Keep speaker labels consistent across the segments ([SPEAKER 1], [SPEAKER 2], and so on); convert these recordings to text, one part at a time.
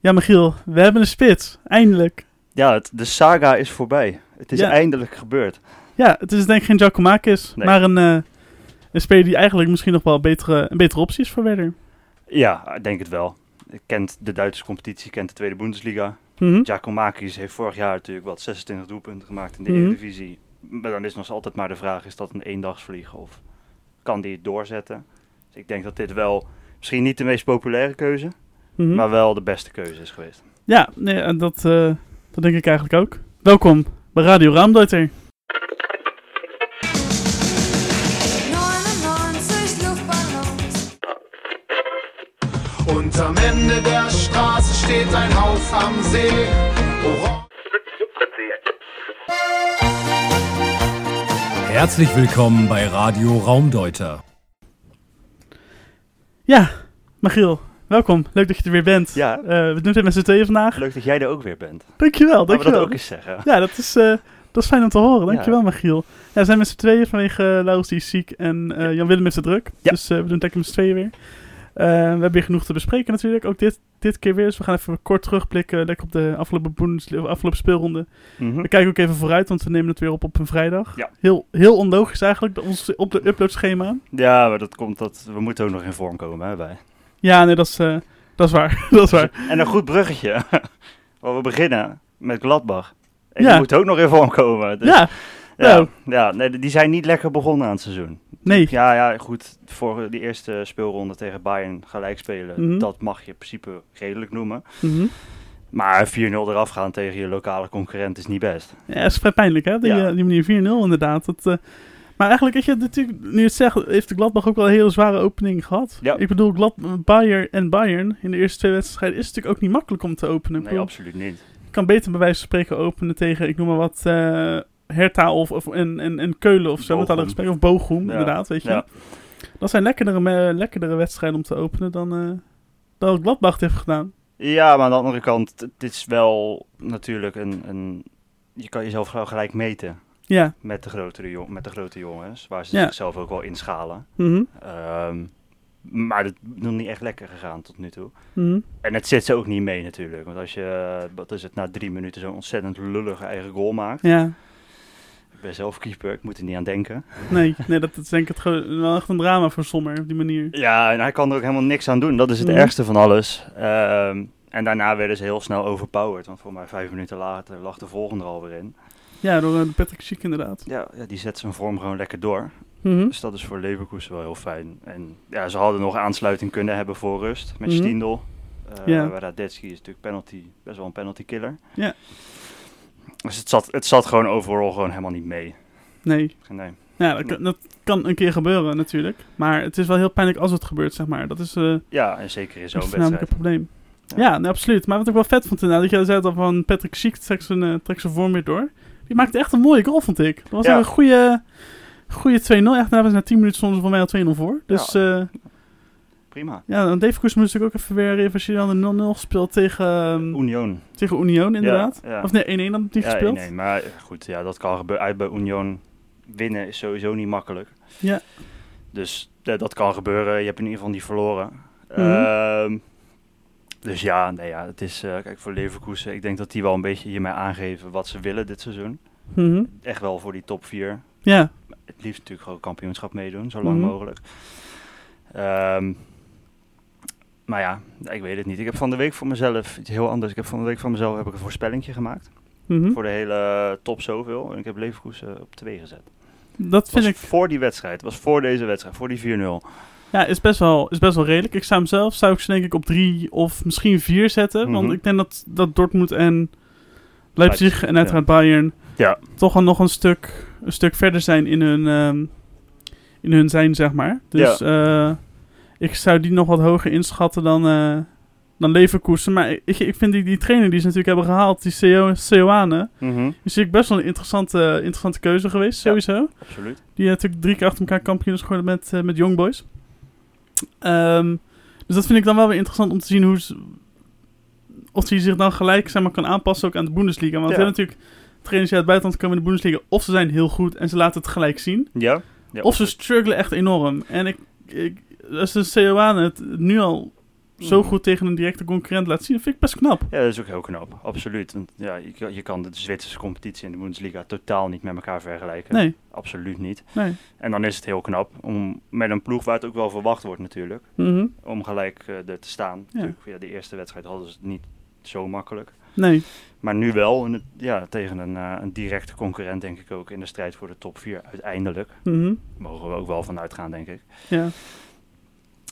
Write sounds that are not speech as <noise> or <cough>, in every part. [SPEAKER 1] Ja, Michiel, we hebben een spits. Eindelijk.
[SPEAKER 2] Ja, het, de saga is voorbij. Het is
[SPEAKER 1] Ja.
[SPEAKER 2] eindelijk gebeurd.
[SPEAKER 1] Ja, het is denk ik geen Giacomakis,
[SPEAKER 2] Nee.
[SPEAKER 1] maar een, eh, een speler die eigenlijk misschien nog wel een betere, een betere optie is voor Werder.
[SPEAKER 2] Ja, ik denk het wel. Kent de Duitse competitie, kent de Tweede Bundesliga.
[SPEAKER 1] Mhm.
[SPEAKER 2] Giacomakis heeft vorig jaar natuurlijk wat 26 doelpunten gemaakt in de
[SPEAKER 1] Mhm.
[SPEAKER 2] Eredivisie. Maar dan is nog altijd maar de vraag, is dat een eendagsvlieg of kan die het doorzetten? Dus ik denk dat dit wel, misschien niet de meest populaire keuze,
[SPEAKER 1] Mhm.
[SPEAKER 2] maar wel de beste keuze is geweest.
[SPEAKER 1] Ja, nee, en dat, eh, dat denk ik eigenlijk ook. Welkom bij Radio Raamdeuter.
[SPEAKER 3] 99 Luftballons.
[SPEAKER 4] Und am Ende der Straße steht ein Haus am See. Orange
[SPEAKER 5] Herzlich willkommen bei Radio Raumdeuter.
[SPEAKER 1] Ja, Michiel, welkom. Leuk dat je er weer bent.
[SPEAKER 2] Ja.
[SPEAKER 1] Eh, we doen dit met z'n tweeën vandaag.
[SPEAKER 2] Leuk dat jij er ook weer bent.
[SPEAKER 1] Dankjewel,
[SPEAKER 2] Laten we dat
[SPEAKER 1] dankjewel.
[SPEAKER 2] ook eens zeggen.
[SPEAKER 1] Ja, dat is, eh, dat is fijn om te horen. Dankjewel,
[SPEAKER 2] Ja.
[SPEAKER 1] Michiel. Ja, we zijn met z'n tweeën vanwege eh, Laurens die is ziek en eh, Jan-Willem is te druk.
[SPEAKER 2] Ja.
[SPEAKER 1] Dus eh, we doen het lekker met z'n tweeën weer. Eh, we hebben hier genoeg te bespreken natuurlijk, ook dit, dit keer weer. Dus we gaan even kort terugblikken, lekker op de afgelopen, Bundes- of afgelopen speelronde.
[SPEAKER 2] Mhm.
[SPEAKER 1] We kijken ook even vooruit, want we nemen het weer op op een vrijdag.
[SPEAKER 2] Ja.
[SPEAKER 1] Heel, heel onlogisch eigenlijk, dat ons, op de uploadschema.
[SPEAKER 2] Ja, maar dat komt, dat, we moeten ook nog in vorm komen, hè, wij.
[SPEAKER 1] Ja, nee, dat is, eh, dat is waar. <laughs> dat
[SPEAKER 2] Dus
[SPEAKER 1] is waar.
[SPEAKER 2] En een goed bruggetje. <laughs> Want we beginnen met Gladbach. En
[SPEAKER 1] Ja.
[SPEAKER 2] die moet ook nog in vorm komen. Dus,
[SPEAKER 1] ja,
[SPEAKER 2] ja,
[SPEAKER 1] nou.
[SPEAKER 2] ja, nee, die zijn niet lekker begonnen aan het seizoen.
[SPEAKER 1] nee.
[SPEAKER 2] Ja, ja, goed. Voor die eerste speelronde tegen Bayern gelijk spelen.
[SPEAKER 1] Mhm.
[SPEAKER 2] Dat mag je in principe redelijk noemen.
[SPEAKER 1] Mhm.
[SPEAKER 2] Maar 4-0 eraf gaan tegen je lokale concurrent is niet best.
[SPEAKER 1] Ja, dat is vrij pijnlijk, hè? Die,
[SPEAKER 2] Ja.
[SPEAKER 1] eh, die manier 4-0 inderdaad. Dat, eh, maar eigenlijk, weet je, natuurlijk, nu je het zegt, heeft de Gladbach ook wel een hele zware opening gehad.
[SPEAKER 2] Ja.
[SPEAKER 1] Ik bedoel, Glad Bayern en Bayern in de eerste twee wedstrijden is het natuurlijk ook niet makkelijk om te openen. Ik
[SPEAKER 2] Nee,
[SPEAKER 1] bedoel,
[SPEAKER 2] absoluut niet.
[SPEAKER 1] je kan beter bij wijze van spreken openen tegen, ik noem maar wat, eh Hertha of, of en, en, en Keulen of zo, met
[SPEAKER 2] Bochum.
[SPEAKER 1] alle gesprekken. Of Bochum,
[SPEAKER 2] Ja.
[SPEAKER 1] inderdaad, weet je.
[SPEAKER 2] Ja.
[SPEAKER 1] Dat zijn lekkerdere, eh, lekkerdere wedstrijden om te openen dan, eh dan Gladbach het heeft gedaan.
[SPEAKER 2] Ja, maar aan de andere kant, het is wel natuurlijk een... een je kan jezelf wel gelijk meten
[SPEAKER 1] Ja.
[SPEAKER 2] met de, grotere jong, met de grote jongens. Waar ze
[SPEAKER 1] Ja.
[SPEAKER 2] zichzelf ook wel inschalen.
[SPEAKER 1] Mhm.
[SPEAKER 2] Ehm, maar dat is nog niet echt lekker gegaan tot nu toe.
[SPEAKER 1] Mhm.
[SPEAKER 2] En het zit ze ook niet mee natuurlijk. Want als je, eh, wat is het, na drie minuten zo'n ontzettend lullige eigen goal maakt.
[SPEAKER 1] Ja.
[SPEAKER 2] Ik ben zelf keeper, ik moet er niet aan denken.
[SPEAKER 1] Nee, nee dat, dat is denk ik het gewoon wel echt een drama voor Sommer op die manier.
[SPEAKER 2] Ja, en hij kan er ook helemaal niks aan doen. Dat is het
[SPEAKER 1] Mhm.
[SPEAKER 2] ergste van alles. Ehm, en daarna werden ze heel snel overpowered. Want voor mij vijf minuten later lag de volgende er alweer in.
[SPEAKER 1] Ja, door eh, Patrick Schiek inderdaad.
[SPEAKER 2] Ja, ja, die zet zijn vorm gewoon lekker door.
[SPEAKER 1] Mhm.
[SPEAKER 2] Dus dat is voor Leverkusen wel heel fijn. En ja, ze hadden nog aansluiting kunnen hebben voor rust met
[SPEAKER 1] Mhm.
[SPEAKER 2] Stindel. Eh
[SPEAKER 1] Ja.
[SPEAKER 2] Radetzky is natuurlijk penalty, best wel een penalty killer.
[SPEAKER 1] Ja.
[SPEAKER 2] Dus het zat, het zat gewoon overal gewoon helemaal niet mee.
[SPEAKER 1] Nee,
[SPEAKER 2] Nee.
[SPEAKER 1] ja, dat, kan- dat kan een keer gebeuren natuurlijk. Maar het is wel heel pijnlijk als het gebeurt, zeg maar. Dat is eh
[SPEAKER 2] Ja, en zeker in zo'n
[SPEAKER 1] dat is namelijk
[SPEAKER 2] wedstrijd.
[SPEAKER 1] een probleem.
[SPEAKER 2] Ja.
[SPEAKER 1] Ja, nee, absoluut. Maar wat ik wel vet vond inderdaad, dat jij zei al van Patrick Schiek trekt zijn, eh, trekt zijn vorm weer door. Die maakte echt een mooie goal, vond ik. Dat was
[SPEAKER 2] Ja.
[SPEAKER 1] een goede, goede 2-0. Echt, nou, na 10 minuten stonden ze voor mij al 2-0 voor. Dus eh
[SPEAKER 2] Prima.
[SPEAKER 1] ja, dan Dave Koers moest ik ook even weer revancheren. Hij had een 0-0 gespeeld tegen, ehm,
[SPEAKER 2] Union.
[SPEAKER 1] tegen Union inderdaad.
[SPEAKER 2] Ja, ja.
[SPEAKER 1] Of nee, 1-1 dan die
[SPEAKER 2] Ja,
[SPEAKER 1] gespeeld.
[SPEAKER 2] nee, maar eh, goed, ja, dat kan gebeuren. Uit bij Union winnen is sowieso niet makkelijk.
[SPEAKER 1] Ja.
[SPEAKER 2] Dus eh, dat kan gebeuren. Je hebt in ieder geval niet verloren.
[SPEAKER 1] Mhm.
[SPEAKER 2] Ehm, dus ja, nee, ja, het is, eh, kijk, voor Leverkusen, ik denk dat die wel een beetje hiermee aangeven wat ze willen dit seizoen.
[SPEAKER 1] Mhm.
[SPEAKER 2] Echt wel voor die top 4.
[SPEAKER 1] Ja,
[SPEAKER 2] Het liefst natuurlijk gewoon kampioenschap meedoen, zo lang
[SPEAKER 1] Mhm.
[SPEAKER 2] mogelijk. Ehm, maar ja, ik weet het niet. Ik heb van de week voor mezelf iets heel anders. Ik heb van de week voor mezelf heb ik een voorspellingje gemaakt
[SPEAKER 1] mhm.
[SPEAKER 2] voor de hele top zoveel. En ik heb Leverkusen eh, op 2 gezet.
[SPEAKER 1] dat vind
[SPEAKER 2] Was
[SPEAKER 1] ik
[SPEAKER 2] voor die wedstrijd, was voor deze wedstrijd, voor die 4-0.
[SPEAKER 1] Ja, is best, wel, is best wel redelijk. Ik zou hem zelf, zou ik ze denk ik op drie of misschien vier zetten. Want
[SPEAKER 2] Mhm.
[SPEAKER 1] ik denk dat, dat Dortmund en Leipzig en uiteraard Bayern
[SPEAKER 2] Ja.
[SPEAKER 1] toch wel nog een stuk, een stuk verder zijn in hun, ehm, in hun zijn, zeg maar. Dus eh, ik zou die nog wat hoger inschatten dan, eh dan Leverkusen. Maar ik, ik vind die, die trainer die ze natuurlijk hebben gehaald, die CEO Seoane, is natuurlijk best wel een interessante, interessante keuze geweest,
[SPEAKER 2] Ja.
[SPEAKER 1] sowieso.
[SPEAKER 2] Absoluut.
[SPEAKER 1] Die eh, natuurlijk drie keer achter elkaar kampioen is geworden met, eh, met Young Boys. Ehm, dus dat vind ik dan wel weer interessant om te zien hoe ze, of hij zich dan gelijk zeg maar, kan aanpassen ook aan de Bundesliga. Want
[SPEAKER 2] Ja.
[SPEAKER 1] we hebben natuurlijk trainers die uit het buitenland komen in de Bundesliga. Of ze zijn heel goed en ze laten het gelijk zien.
[SPEAKER 2] Ja. ja
[SPEAKER 1] of ze struggelen echt enorm. En ik, ik, als de COA het nu al zo
[SPEAKER 2] Mm.
[SPEAKER 1] goed tegen een directe concurrent laat zien, dat vind ik best knap.
[SPEAKER 2] Ja, dat is ook heel knap, absoluut. Want ja, je, kan- je kan de Zwitserse competitie en de Bundesliga totaal niet met elkaar vergelijken.
[SPEAKER 1] Nee,
[SPEAKER 2] Absoluut niet.
[SPEAKER 1] nee.
[SPEAKER 2] En dan is het heel knap om met een ploeg waar het ook wel verwacht wordt natuurlijk,
[SPEAKER 1] Mhm.
[SPEAKER 2] om gelijk eh, er te staan. Natuurlijk, ja, de eerste wedstrijd hadden ze het niet zo makkelijk.
[SPEAKER 1] Nee,
[SPEAKER 2] Maar nu wel, en het- ja, tegen een, eh, een directe concurrent denk ik ook in de strijd voor de top 4 uiteindelijk.
[SPEAKER 1] Mhm.
[SPEAKER 2] Mogen we ook wel van uitgaan, denk ik.
[SPEAKER 1] ja.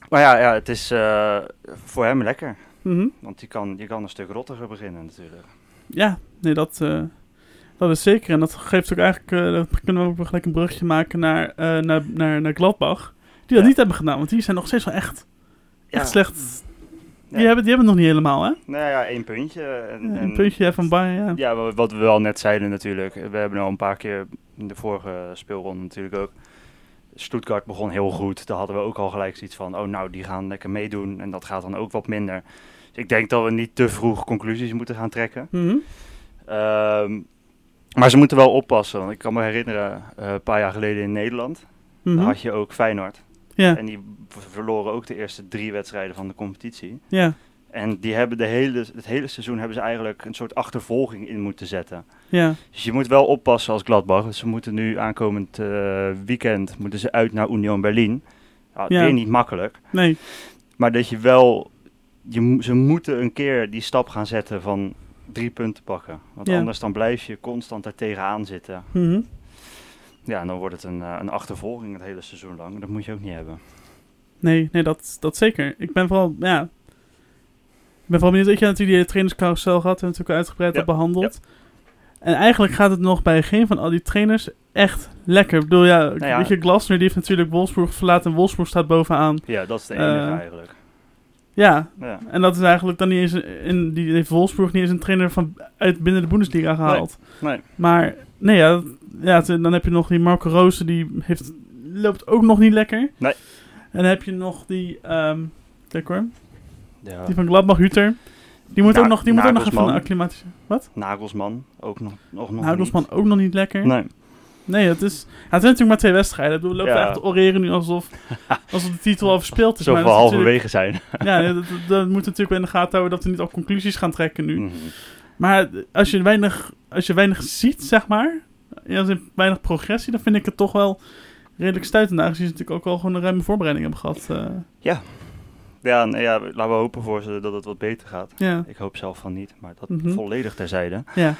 [SPEAKER 2] Maar ja, ja het is eh, voor hem lekker.
[SPEAKER 1] Mhm.
[SPEAKER 2] Want je kan, je kan een stuk rottiger beginnen natuurlijk.
[SPEAKER 1] Ja, nee, dat, eh, dat is zeker. En dat geeft ook eigenlijk, eh, dat kunnen we ook wel gelijk een brugje maken naar, eh, naar, naar, naar Gladbach. Die dat
[SPEAKER 2] Ja.
[SPEAKER 1] niet hebben gedaan, want die zijn nog steeds wel echt,
[SPEAKER 2] Ja.
[SPEAKER 1] echt slecht. Die,
[SPEAKER 2] Ja.
[SPEAKER 1] hebben, die hebben het nog niet helemaal, hè?
[SPEAKER 2] Nou ja, één puntje. En,
[SPEAKER 1] een
[SPEAKER 2] en-
[SPEAKER 1] puntje ja, van Bayern, ja.
[SPEAKER 2] Ja, wa- wat we wel net zeiden natuurlijk. We hebben al een paar keer in de vorige speelronde natuurlijk ook. Stuttgart begon heel goed. Daar hadden we ook al gelijk zoiets van, oh nou, die gaan lekker meedoen. En dat gaat dan ook wat minder. Dus ik denk dat we niet te vroeg conclusies moeten gaan trekken.
[SPEAKER 1] Mhm.
[SPEAKER 2] Ehm, maar ze moeten wel oppassen. Want ik kan me herinneren, eh, een paar jaar geleden in Nederland,
[SPEAKER 1] Mhm.
[SPEAKER 2] daar had je ook Feyenoord.
[SPEAKER 1] Ja,
[SPEAKER 2] En die v- verloren ook de eerste drie wedstrijden van de competitie.
[SPEAKER 1] ja,
[SPEAKER 2] En die hebben de hele, het hele seizoen hebben ze eigenlijk een soort achtervolging in moeten zetten.
[SPEAKER 1] ja.
[SPEAKER 2] Dus je moet wel oppassen als Gladbach. want Ze moeten nu aankomend eh, weekend moeten ze uit naar Union Berlin. Ja,
[SPEAKER 1] Ja.
[SPEAKER 2] Weer niet makkelijk.
[SPEAKER 1] Nee,
[SPEAKER 2] Maar dat je wel... Je, mo- ze moeten een keer die stap gaan zetten van drie punten pakken. Want
[SPEAKER 1] Ja.
[SPEAKER 2] anders dan blijf je constant daar tegenaan zitten.
[SPEAKER 1] Mhm.
[SPEAKER 2] Ja, en dan wordt het een, eh, een achtervolging het hele seizoen lang. Dat moet je ook niet hebben.
[SPEAKER 1] nee, nee dat, dat zeker. Ik ben vooral, ja... Ik ben vooral benieuwd dat je natuurlijk die trainerscarousel gehad en natuurlijk uitgebreid
[SPEAKER 2] Ja,
[SPEAKER 1] hebt behandeld. En eigenlijk gaat het nog bij geen van al die trainers echt lekker. Ik bedoel, ja,
[SPEAKER 2] Nou ja.
[SPEAKER 1] weet je, Glasner die heeft natuurlijk Wolfsburg verlaten en Wolfsburg staat bovenaan.
[SPEAKER 2] Ja, dat is de
[SPEAKER 1] Eh.
[SPEAKER 2] enige eigenlijk.
[SPEAKER 1] Ja,
[SPEAKER 2] Ja.
[SPEAKER 1] en dat is eigenlijk dan niet eens... een- In, die heeft Wolfsburg niet eens een trainer van uit binnen de Bundesliga gehaald.
[SPEAKER 2] Nee.
[SPEAKER 1] Maar, nee, ja, dat- ja, t- dan heb je nog die Marco Roose, die heeft, loopt ook nog niet lekker.
[SPEAKER 2] Nee.
[SPEAKER 1] En dan heb je nog die, ehm kijk hoor,
[SPEAKER 2] Ja.
[SPEAKER 1] die van Gladbach Huter. Die moet
[SPEAKER 2] Na-
[SPEAKER 1] ook nog, die moet ook nog even
[SPEAKER 2] Nagelsman.
[SPEAKER 1] acclimatiseren. Wat?
[SPEAKER 2] Nagelsman ook nog, nog, nog
[SPEAKER 1] Nagelsman ook nog niet lekker.
[SPEAKER 2] niet. Nee.
[SPEAKER 1] Nee, het is, ja, het zijn natuurlijk maar twee wedstrijden. Ik bedoel, We lopen
[SPEAKER 2] Ja.
[SPEAKER 1] echt te oreren nu
[SPEAKER 2] <laughs>
[SPEAKER 1] alsof, alsof de titel al verspeeld is.
[SPEAKER 2] Zo
[SPEAKER 1] maar
[SPEAKER 2] voor
[SPEAKER 1] dat is natuurlijk-
[SPEAKER 2] halverwege zijn.
[SPEAKER 1] Ja, nee, dat, dat, dat moet natuurlijk in de gaten houden dat we niet al conclusies gaan trekken nu.
[SPEAKER 2] Mhm.
[SPEAKER 1] Maar als je weinig, als je weinig ziet, zeg maar, ja, als je weinig progressie, dan vind ik het toch wel redelijk stuitend. Aangezien ze natuurlijk ook al gewoon een ruime voorbereiding hebben gehad. eh.
[SPEAKER 2] <laughs> Ja, nee, ja, laten we hopen voor ze dat het wat beter gaat.
[SPEAKER 1] ja,
[SPEAKER 2] Ik hoop zelf van niet, maar dat
[SPEAKER 1] Mhm.
[SPEAKER 2] volledig terzijde.
[SPEAKER 1] ja,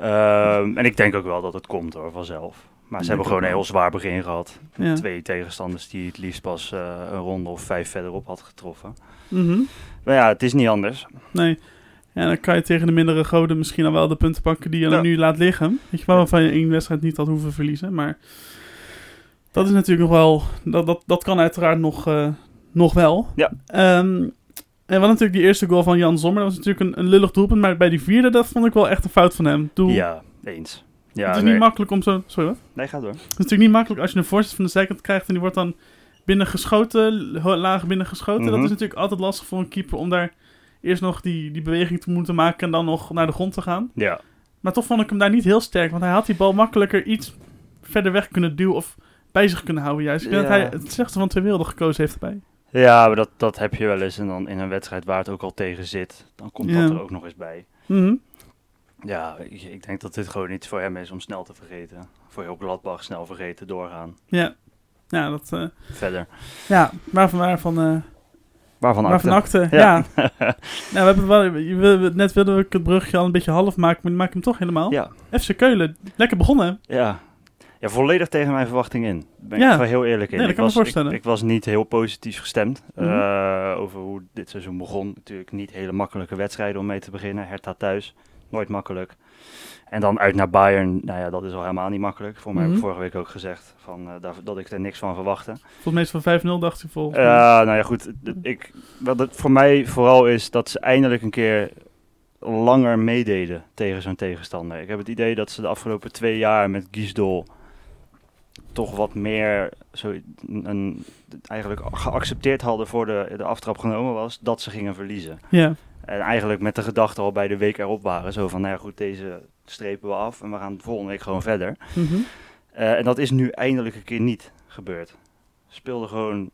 [SPEAKER 2] Ehm, en ik denk ook wel dat het komt hoor, vanzelf. Maar
[SPEAKER 1] Denk
[SPEAKER 2] ze hebben gewoon
[SPEAKER 1] ik
[SPEAKER 2] een
[SPEAKER 1] wel.
[SPEAKER 2] heel zwaar begin gehad.
[SPEAKER 1] ja.
[SPEAKER 2] Twee tegenstanders die het liefst pas eh, een ronde of vijf verderop had getroffen.
[SPEAKER 1] Mhm.
[SPEAKER 2] Maar ja, het is niet anders.
[SPEAKER 1] Nee. Ja, dan kan je tegen de mindere goden misschien al wel de punten pakken die je
[SPEAKER 2] Ja.
[SPEAKER 1] nu laat liggen. Weet je wel, waarvan je één wedstrijd niet had hoeven verliezen. Maar dat is natuurlijk nog wel... Dat, dat, dat kan uiteraard nog, eh, nog wel.
[SPEAKER 2] Ja.
[SPEAKER 1] Ehm, en wat natuurlijk die eerste goal van Jan Sommer. Dat was natuurlijk een, een lullig doelpunt. Maar bij die vierde, dat vond ik wel echt een fout van hem. Doe,
[SPEAKER 2] Ja, eens. Ja,
[SPEAKER 1] het is
[SPEAKER 2] nee.
[SPEAKER 1] niet makkelijk om zo... Sorry, wat?
[SPEAKER 2] nee, gaat door.
[SPEAKER 1] Het is natuurlijk niet makkelijk als je een voorzet van de zijkant krijgt en die wordt dan binnengeschoten, ho- laag binnengeschoten. Dat
[SPEAKER 2] Mhm.
[SPEAKER 1] is natuurlijk altijd lastig voor een keeper om daar eerst nog die, die beweging te moeten maken en dan nog naar de grond te gaan.
[SPEAKER 2] Ja,
[SPEAKER 1] Maar toch vond ik hem daar niet heel sterk, want hij had die bal makkelijker iets verder weg kunnen duwen of bij zich kunnen houden juist. Ik denk
[SPEAKER 2] Ja.
[SPEAKER 1] dat hij het slechtste van twee werelden gekozen heeft erbij.
[SPEAKER 2] ja maar dat, dat heb je wel eens. En dan in een wedstrijd waar het ook al tegen zit, dan komt
[SPEAKER 1] Ja.
[SPEAKER 2] dat er ook nog eens bij.
[SPEAKER 1] Mhm.
[SPEAKER 2] Ja, ik, ik denk dat dit gewoon iets voor hem is om snel te vergeten. Voor heel Gladbach snel vergeten, doorgaan.
[SPEAKER 1] Ja. Ja, dat, eh,
[SPEAKER 2] Verder.
[SPEAKER 1] ja, waarvan, waarvan, eh,
[SPEAKER 2] Waarvan
[SPEAKER 1] waarvan
[SPEAKER 2] acte?
[SPEAKER 1] acte. Ja.
[SPEAKER 2] <laughs>
[SPEAKER 1] nou, we hebben wel, je wil- net wilden we het brugje al een beetje half maken, maar maak hem toch helemaal.
[SPEAKER 2] Ja,
[SPEAKER 1] FC Keulen, lekker begonnen.
[SPEAKER 2] Ja. Ja, volledig tegen mijn verwachting in. Daar ben
[SPEAKER 1] Ja.
[SPEAKER 2] ik wel heel eerlijk in.
[SPEAKER 1] Nee, dat
[SPEAKER 2] ik
[SPEAKER 1] kan ik
[SPEAKER 2] was,
[SPEAKER 1] me voorstellen.
[SPEAKER 2] Ik, ik was niet heel positief gestemd
[SPEAKER 1] Mhm.
[SPEAKER 2] eh, over hoe dit seizoen begon. Natuurlijk niet hele makkelijke wedstrijden om mee te beginnen. Hertha thuis, nooit makkelijk. En dan uit naar Bayern, nou ja, dat is al helemaal niet makkelijk. Voor mij heb ik
[SPEAKER 1] Mhm.
[SPEAKER 2] vorige week ook gezegd van, eh, daar- dat ik er niks van verwachtte.
[SPEAKER 1] Volgens mij is het van 5-0, dacht hij volgens mij.
[SPEAKER 2] Ja, nou ja, goed. Het- Ik, wat het voor mij vooral is dat ze eindelijk een keer langer meededen tegen zo'n tegenstander. Ik heb het idee dat ze de afgelopen twee jaar met Gisdol toch wat meer zo een, een- eigenlijk geaccepteerd hadden voor de, de aftrap genomen was, dat ze gingen verliezen.
[SPEAKER 1] Ja,
[SPEAKER 2] En eigenlijk met de gedachte al bij de week erop waren, zo van, nou ja goed, deze strepen we af en we gaan volgende week gewoon verder.
[SPEAKER 1] Mhm.
[SPEAKER 2] Eh, en dat is nu eindelijk een keer niet gebeurd. Speelde gewoon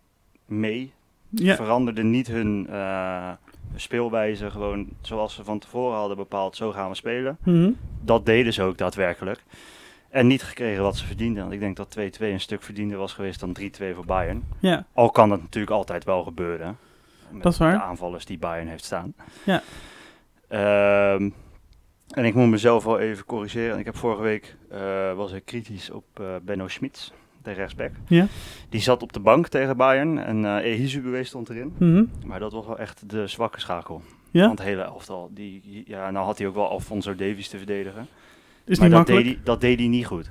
[SPEAKER 2] mee
[SPEAKER 1] Ja,
[SPEAKER 2] veranderden niet hun eh, speelwijze. Gewoon zoals ze van tevoren hadden bepaald, zo gaan we spelen.
[SPEAKER 1] mhm.
[SPEAKER 2] Dat deden ze ook daadwerkelijk. En niet gekregen wat ze verdienden. Want ik denk dat 2-2 een stuk verdiender was geweest dan 3-2 voor Bayern.
[SPEAKER 1] ja.
[SPEAKER 2] Al kan dat natuurlijk altijd wel gebeuren. Met
[SPEAKER 1] Dat is waar.
[SPEAKER 2] de aanvallers die Bayern heeft staan.
[SPEAKER 1] Ja.
[SPEAKER 2] Ehm, en ik moet mezelf wel even corrigeren. Ik heb vorige week eh, was ik kritisch op eh, Benno Schmitz, de rechtsback.
[SPEAKER 1] Ja.
[SPEAKER 2] Die zat op de bank tegen Bayern en eh Ehizubue stond erin.
[SPEAKER 1] mhm.
[SPEAKER 2] Maar dat was wel echt de zwakke schakel
[SPEAKER 1] ja?
[SPEAKER 2] van het hele elftal. Die, ja, nou had hij ook wel Alfonso Davies te verdedigen.
[SPEAKER 1] is
[SPEAKER 2] maar
[SPEAKER 1] niet
[SPEAKER 2] dat
[SPEAKER 1] makkelijk.
[SPEAKER 2] deed, hij, dat deed hij niet goed.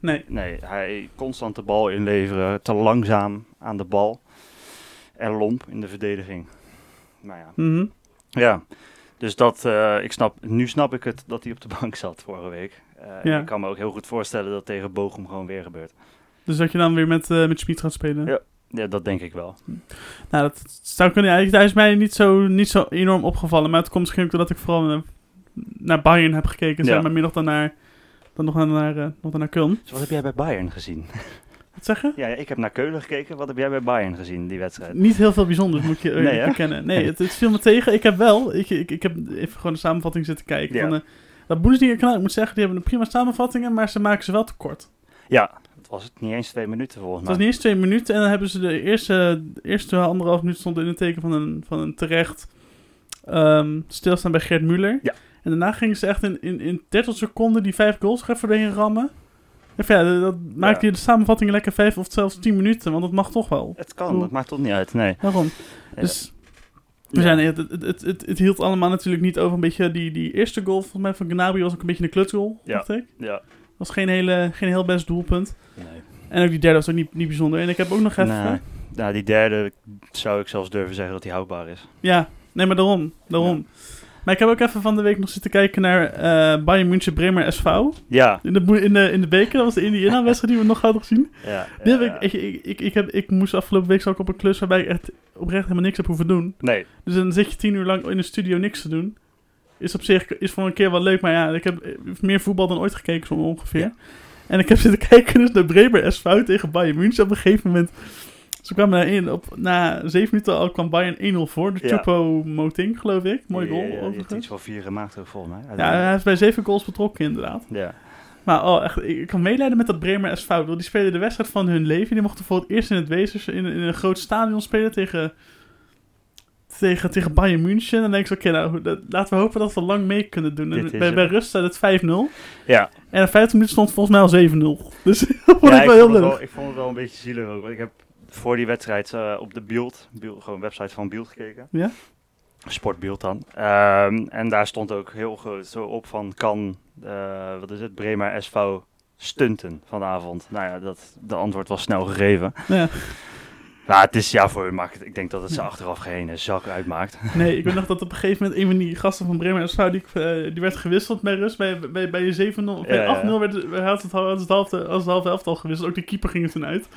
[SPEAKER 1] Nee.
[SPEAKER 2] Nee, hij constant de bal inleveren, te langzaam aan de bal. En lomp in de verdediging. Nou ja.
[SPEAKER 1] Mhm.
[SPEAKER 2] Ja, dus dat, eh, ik snap, nu snap ik het dat hij op de bank <laughs> zat vorige week. Eh, en
[SPEAKER 1] Ja.
[SPEAKER 2] Ik kan me ook heel goed voorstellen dat tegen Bochum gewoon weer gebeurt.
[SPEAKER 1] Dus dat je dan weer met, eh met Schmid gaat spelen.
[SPEAKER 2] Ja. Ja, dat denk ik wel.
[SPEAKER 1] Nou, dat zou kunnen. Ja, hij is mij niet zo, niet zo enorm opgevallen. Maar het komt misschien ook doordat ik vooral eh, naar Bayern heb gekeken.
[SPEAKER 2] Ja.
[SPEAKER 1] Zeg maar meer nog dan naar, dan nog dan naar, eh, nog dan naar Köln.
[SPEAKER 2] Dus wat heb jij bij Bayern gezien? <laughs>
[SPEAKER 1] Wat zeg je?
[SPEAKER 2] ja, ja, ik heb naar Keulen gekeken. Wat heb jij bij Bayern gezien, die wedstrijd?
[SPEAKER 1] Niet heel veel bijzonders, moet ik je eerlijk
[SPEAKER 2] Nee, hè?
[SPEAKER 1] bekennen. Nee, het, het viel me tegen. Ik heb wel, ik, ik, ik heb even gewoon de samenvatting zitten kijken.
[SPEAKER 2] Ja.
[SPEAKER 1] Van, eh, dat Bundesliga-kanaal, ik moet zeggen, die hebben een prima samenvattingen, maar ze maken ze wel te kort.
[SPEAKER 2] Ja, het was het niet eens twee minuten
[SPEAKER 1] Het
[SPEAKER 2] volgens mij.
[SPEAKER 1] was niet eens twee minuten en dan hebben ze de eerste, de eerste anderhalf minuut stonden in het teken van een, van een terecht ehm, stilstaan bij Gert Muller.
[SPEAKER 2] Ja.
[SPEAKER 1] En daarna gingen ze echt in, in, in 30 seconden die vijf goals er even doorheen rammen. Of ja, dat- dat maakt hier de samenvatting lekker vijf of zelfs tien minuten, want dat mag toch wel.
[SPEAKER 2] Het kan, dat maakt toch niet uit, nee.
[SPEAKER 1] Daarom.
[SPEAKER 2] Ja.
[SPEAKER 1] Dus we
[SPEAKER 2] Eh, Ja.
[SPEAKER 1] zijn, het, het, het, het, het hield allemaal natuurlijk niet over een beetje die, die eerste goal volgens mij van Gnabry was ook een beetje een klutsgoal,
[SPEAKER 2] Ja.
[SPEAKER 1] dacht ik.
[SPEAKER 2] Ja.
[SPEAKER 1] was geen, hele, geen heel best doelpunt.
[SPEAKER 2] Nee.
[SPEAKER 1] En ook die derde was ook niet, niet bijzonder. En ik heb ook nog even...
[SPEAKER 2] Nou, nou, die derde zou ik zelfs durven zeggen dat die houdbaar is.
[SPEAKER 1] Ja, nee, maar daarom. daarom. Maar ik heb ook even van de week nog zitten kijken naar eh Bayern München Bremer SV.
[SPEAKER 2] Ja,
[SPEAKER 1] In de, boe- in de, in de beker, dat was de
[SPEAKER 2] <laughs>
[SPEAKER 1] Indiana-wedstrijd die we nog hadden gezien.
[SPEAKER 2] ja.
[SPEAKER 1] Die heb
[SPEAKER 2] ja.
[SPEAKER 1] ik, ik, ik, ik, ik heb, ik moest afgelopen week zat ik op een klus waarbij ik echt oprecht helemaal niks heb hoeven doen.
[SPEAKER 2] Nee,
[SPEAKER 1] Dus dan zit je tien uur lang in de studio niks te doen. Is op zich is voor een keer wel leuk, maar ja, ik heb eh, meer voetbal dan ooit gekeken, zo ongeveer. En ik heb zitten <laughs> kijken dus naar Bremer SV tegen Bayern München. Op een gegeven moment, ze kwamen daarin. Op, na zeven minuten al kwam Bayern 1-0 voor. De
[SPEAKER 2] Ja.
[SPEAKER 1] Chopo Moting, geloof ik. Mooi goal,
[SPEAKER 2] Ja, ja, ja, Je hebt
[SPEAKER 1] overigens.
[SPEAKER 2] eh, iets van vier gemaakt ook volgens mij.
[SPEAKER 1] Ja, hij heeft bij zeven goals betrokken, inderdaad.
[SPEAKER 2] ja.
[SPEAKER 1] Maar oh, echt, ik ik kan meeleiden met dat Bremer SV. Want die spelen de wedstrijd van hun leven. Die mochten voor het eerst in het Wezers in, in een groot stadion spelen tegen, tegen, tegen Bayern München. Dan denk ik, zo, oké, nou, dat- laten we hopen dat we lang mee kunnen doen. En
[SPEAKER 2] Dit is
[SPEAKER 1] bij, bij
[SPEAKER 2] hem.
[SPEAKER 1] rust staat het 5-0.
[SPEAKER 2] ja.
[SPEAKER 1] En na 15 minuten stond het volgens mij al 7-0. <laughs> Dus dat vond
[SPEAKER 2] Ja,
[SPEAKER 1] ik wel heel
[SPEAKER 2] vond het
[SPEAKER 1] leuk.
[SPEAKER 2] wel- ik vond het wel een beetje zielig ook. Want ik heb voor die wedstrijd eh, op de Beeld, Beeld- gewoon een website van Beeld gekeken.
[SPEAKER 1] Ja?
[SPEAKER 2] Sportbeeld dan. Ehm, en daar stond ook heel groot zo op van kan, eh, wat is het, Bremer SV stunten vanavond. Nou ja, dat, de antwoord was snel gegeven.
[SPEAKER 1] Ja.
[SPEAKER 2] Nou, het is ja voor hun maakt. Ik denk dat het ze achteraf geen eh, zak uitmaakt.
[SPEAKER 1] Nee, ik weet nog dat op een gegeven moment een van die gasten van Bremer SV, die, eh, die werd gewisseld bij rust. Bij, bij, bij 7-0, of bij
[SPEAKER 2] Ja, ja.
[SPEAKER 1] 8-0 werd had het, had het halve, als het halve elftal gewisseld. Ook de keeper ging er toen uit.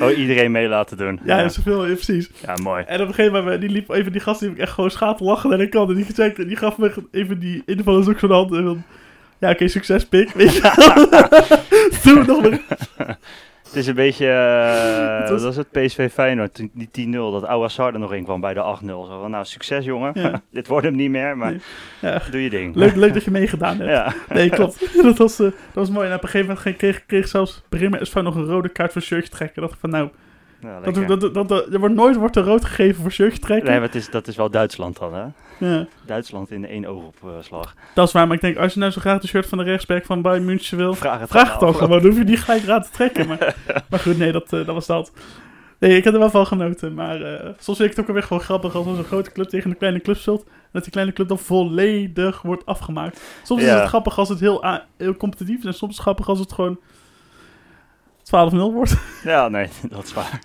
[SPEAKER 2] Oh, iedereen mee laten doen.
[SPEAKER 1] Ja,
[SPEAKER 2] ja,
[SPEAKER 1] zoveel, ja, precies.
[SPEAKER 2] ja, mooi.
[SPEAKER 1] En op een gegeven moment, die liep even die gast, die heb ik echt gewoon schaterlachen lachen naar de kant. En die, zei, die gaf me even die inval ook zo'n hand. En van, ja, oké, succes, pik. Weet je wel. <laughs> Toen nog maar.
[SPEAKER 2] Het is een beetje. eh,
[SPEAKER 1] <laughs> Het was-
[SPEAKER 2] dat was het PSV Feyenoord, toen die 10-0, dat Ouassar er nog in kwam bij de 8-0. Zo van, nou, succes jongen.
[SPEAKER 1] Ja.
[SPEAKER 2] <laughs> Dit wordt hem niet meer, maar
[SPEAKER 1] Nee. Ja.
[SPEAKER 2] doe je ding.
[SPEAKER 1] Leuk, leuk dat je meegedaan hebt.
[SPEAKER 2] Ja.
[SPEAKER 1] Nee, klopt. Dat was, eh, dat was mooi. En op een gegeven moment kreeg, kreeg zelfs Bremer SV nog een rode kaart voor shirtje trekken. Dat ik van, nou,
[SPEAKER 2] Nou,
[SPEAKER 1] dat,
[SPEAKER 2] lekker.
[SPEAKER 1] dat, dat, dat- er wordt nooit wordt er rood gegeven voor shirtje trekken.
[SPEAKER 2] Nee, maar het is, dat is wel Duitsland dan, hè?
[SPEAKER 1] ja.
[SPEAKER 2] Duitsland in één oogopslag.
[SPEAKER 1] Dat is waar, maar ik denk, als je nou zo graag de shirt van de rechtsback van Bayern München wil,
[SPEAKER 2] Vraag het
[SPEAKER 1] Vraag het
[SPEAKER 2] aan
[SPEAKER 1] dan
[SPEAKER 2] de
[SPEAKER 1] gewoon, dan hoef je niet gelijk raad te trekken.
[SPEAKER 2] <laughs>
[SPEAKER 1] Maar, maar goed, nee, dat, eh, dat was dat. Nee, ik heb er wel van genoten. Maar eh, soms vind ik het ook alweer gewoon grappig als er een grote club tegen een kleine club zult. En dat die kleine club dan volledig wordt afgemaakt. Soms is
[SPEAKER 2] Ja.
[SPEAKER 1] het grappig als het heel, a- heel competitief is. En soms is het grappig als het gewoon 12-0 wordt. <laughs>
[SPEAKER 2] afloop. Ja, nee, <laughs> dat is waar.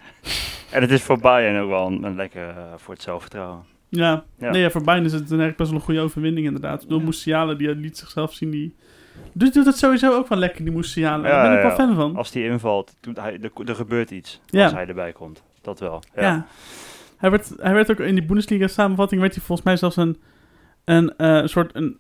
[SPEAKER 2] En het is voor Bayern ook wel een, een lekker eh, voor het zelfvertrouwen.
[SPEAKER 1] ja.
[SPEAKER 2] Ja.
[SPEAKER 1] nee, ja, voor Bayern is het eigenlijk best wel een goede overwinning inderdaad. Door Musiala, die eh, liet zichzelf zien. Die... Dus doet het sowieso ook wel lekker, die Musiala.
[SPEAKER 2] Ja,
[SPEAKER 1] Daar ben ik
[SPEAKER 2] ja,
[SPEAKER 1] wel fan van.
[SPEAKER 2] Als die invalt, doet hij, er, er gebeurt iets
[SPEAKER 1] Ja.
[SPEAKER 2] als hij erbij komt. Dat wel. Ja.
[SPEAKER 1] Ja. Hij, werd, hij werd ook in die Bundesliga-samenvatting werd hij volgens mij zelfs een, een eh, soort een,